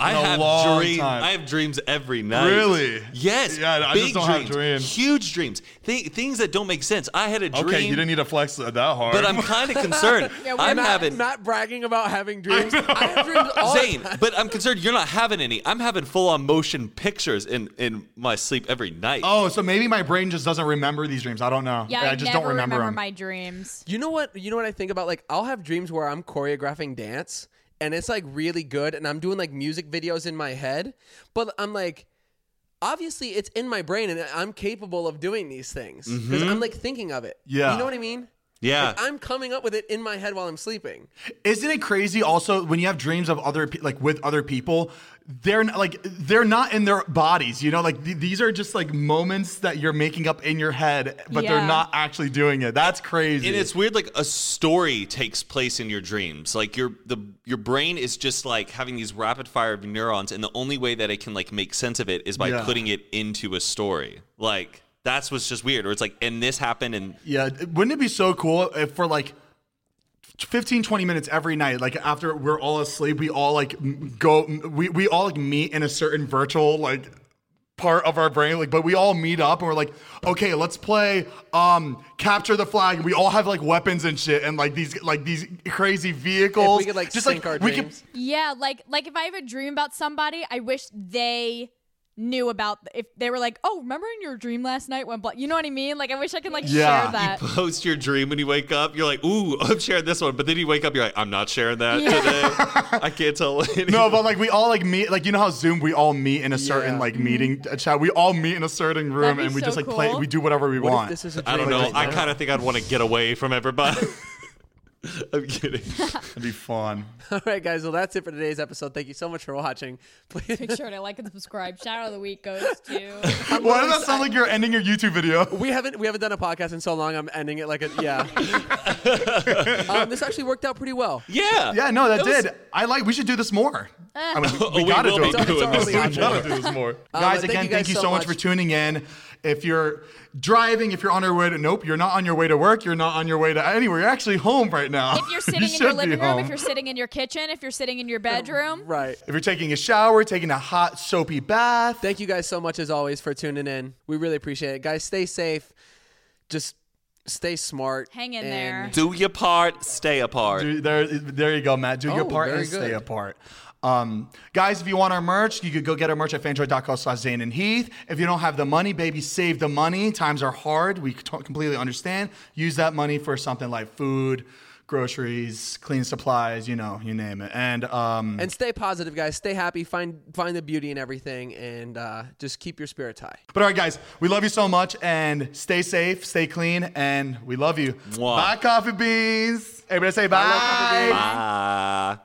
S1: I
S3: in a
S1: have
S3: long
S1: dreams.
S3: time.
S1: I have dreams every night.
S3: Really?
S1: Yes.
S3: Yeah, I just
S1: big
S3: don't have
S1: dreams,
S3: dreams.
S1: Huge dreams. Th- things that don't make sense. I had a dream.
S3: Okay, you didn't need to flex that hard.
S1: but
S3: [LAUGHS]
S1: I'm kind of
S2: [LAUGHS]
S1: concerned. I'm
S2: Matt,
S1: having
S2: Matt bragging about having dreams. I, have dreams
S3: Oh.
S2: all the
S1: Zane, but I'm concerned you're not having any. I'm having full on motion pictures in in my sleep every night.
S3: oh, so maybe my brain just doesn't remember these dreams. I don't know.
S4: Yeah,
S3: I,
S4: I,
S3: just
S4: never
S3: don't remember, them.
S4: my dreams.
S2: You know what? You know what I think about? Like, I'll have dreams where I'm choreographing dance, and it's like really good, and I'm doing like music videos in my head, but I'm like, obviously it's in my brain, and I'm capable of doing these things because I'm like thinking of it.
S3: Yeah.
S2: you know what I mean?
S1: Yeah.
S2: Like, I'm coming up with it in my head while I'm sleeping.
S3: Isn't it crazy also when you have dreams of other pe- like with other people, they're n- like they're not in their bodies, you know? Like th- these are just like moments that you're making up in your head, but
S4: Yeah.
S3: they're not actually doing it. That's crazy.
S1: and it's weird like a story takes place in your dreams like your the your brain is just like having these rapid fire of neurons and the only way that it can like make sense of it is by
S3: Yeah.
S1: putting it into a story like that's what's just weird or it's like and this happened and
S3: yeah, wouldn't it be so cool if for like 15 20 minutes every night like after we're all asleep we all like m- go m- we we all like meet in a certain virtual like part of our brain like but we all meet up and we're like okay let's play um capture the flag and we all have like weapons and shit and like these like these crazy vehicles
S2: If we could like sync our
S3: we could-
S2: dreams.
S4: Yeah, like like if I have a dream about somebody, I wish they knew about if they were like, oh, remember in your dream last night when blah, you know what I mean? Like I wish I could like
S3: Yeah.
S4: share that. [LAUGHS]
S1: post your dream when you wake up you're like ooh [LAUGHS] i'm sharing this one but then you wake up you're like i'm not sharing that
S4: Yeah.
S1: today i can't tell anyone.
S3: [LAUGHS] [LAUGHS] no but like we all like meet like you know how zoom we all meet in a certain
S2: Yeah. Mm-hmm.
S3: like meeting uh, chat we all meet in a certain room
S4: be
S3: and we
S4: so
S3: just like play
S4: cool.
S3: we do whatever we
S2: What
S3: want
S2: if this is a dream
S1: i don't know
S2: right
S1: i
S2: now?
S1: kind of think i'd want to get away from everybody [LAUGHS] i'm kidding
S3: it'd be fun
S2: [LAUGHS] All right, guys. Well, that's it for today's episode. Thank you so much for watching. [LAUGHS] Please.
S4: Make sure to like and subscribe. Shout out of the week goes
S3: [LAUGHS]
S4: to
S3: why does that sound like you're ending your youtube video
S2: We haven't we haven't done a podcast in so long. I'm ending it like a yeah. um, this actually worked out pretty well.
S1: yeah
S3: Yeah, no, that,
S1: That was-
S3: did. I like. We should do this more.
S4: Eh.
S3: I mean,
S1: Oh, we
S3: gotta
S1: will
S3: do
S1: be
S3: it.
S1: doing
S3: We
S2: this more.
S3: gotta do this more.
S4: Uh,
S3: guys,
S2: but thank
S3: again,
S2: you
S3: thank you,
S2: guys so
S3: so, much.
S2: much.
S3: for tuning in. If you're driving, if you're on your way to nope, you're not on your way to work. You're not on your way to anywhere. You're actually home right now. [LAUGHS]
S4: if
S3: You
S4: you're sitting in
S3: should
S4: your
S3: be
S4: living room,
S3: home.
S4: if you're sitting in your kitchen, if you're sitting in your bedroom.
S2: Right.
S3: If you're taking a shower, taking a hot soapy bath.
S2: Thank you guys so much as always for tuning in. We really appreciate it. Guys, stay safe. Just stay smart.
S4: Hang in
S2: and-
S4: there.
S1: do your part stay apart
S3: Do- there, there you go, Matt. Do your
S2: Oh,
S3: part
S2: very
S3: and stay
S2: good.
S3: apart. Um, guys, if you want our merch, you could go get our merch at fanjoy.co slash Zane and Heath. If you don't have the money, baby, save the money. Times are hard. We t- completely understand. Use that money for something like food, groceries, clean supplies, you know, you name it. And um,
S2: And stay positive, guys. Stay happy. Find find the beauty in everything, and uh, just keep your spirits high.
S3: But all right, guys, we love you so much and stay safe, stay clean, and we love you.
S1: Mwah.
S3: Bye, Coffee Beans. Everybody say bye.
S1: Bye.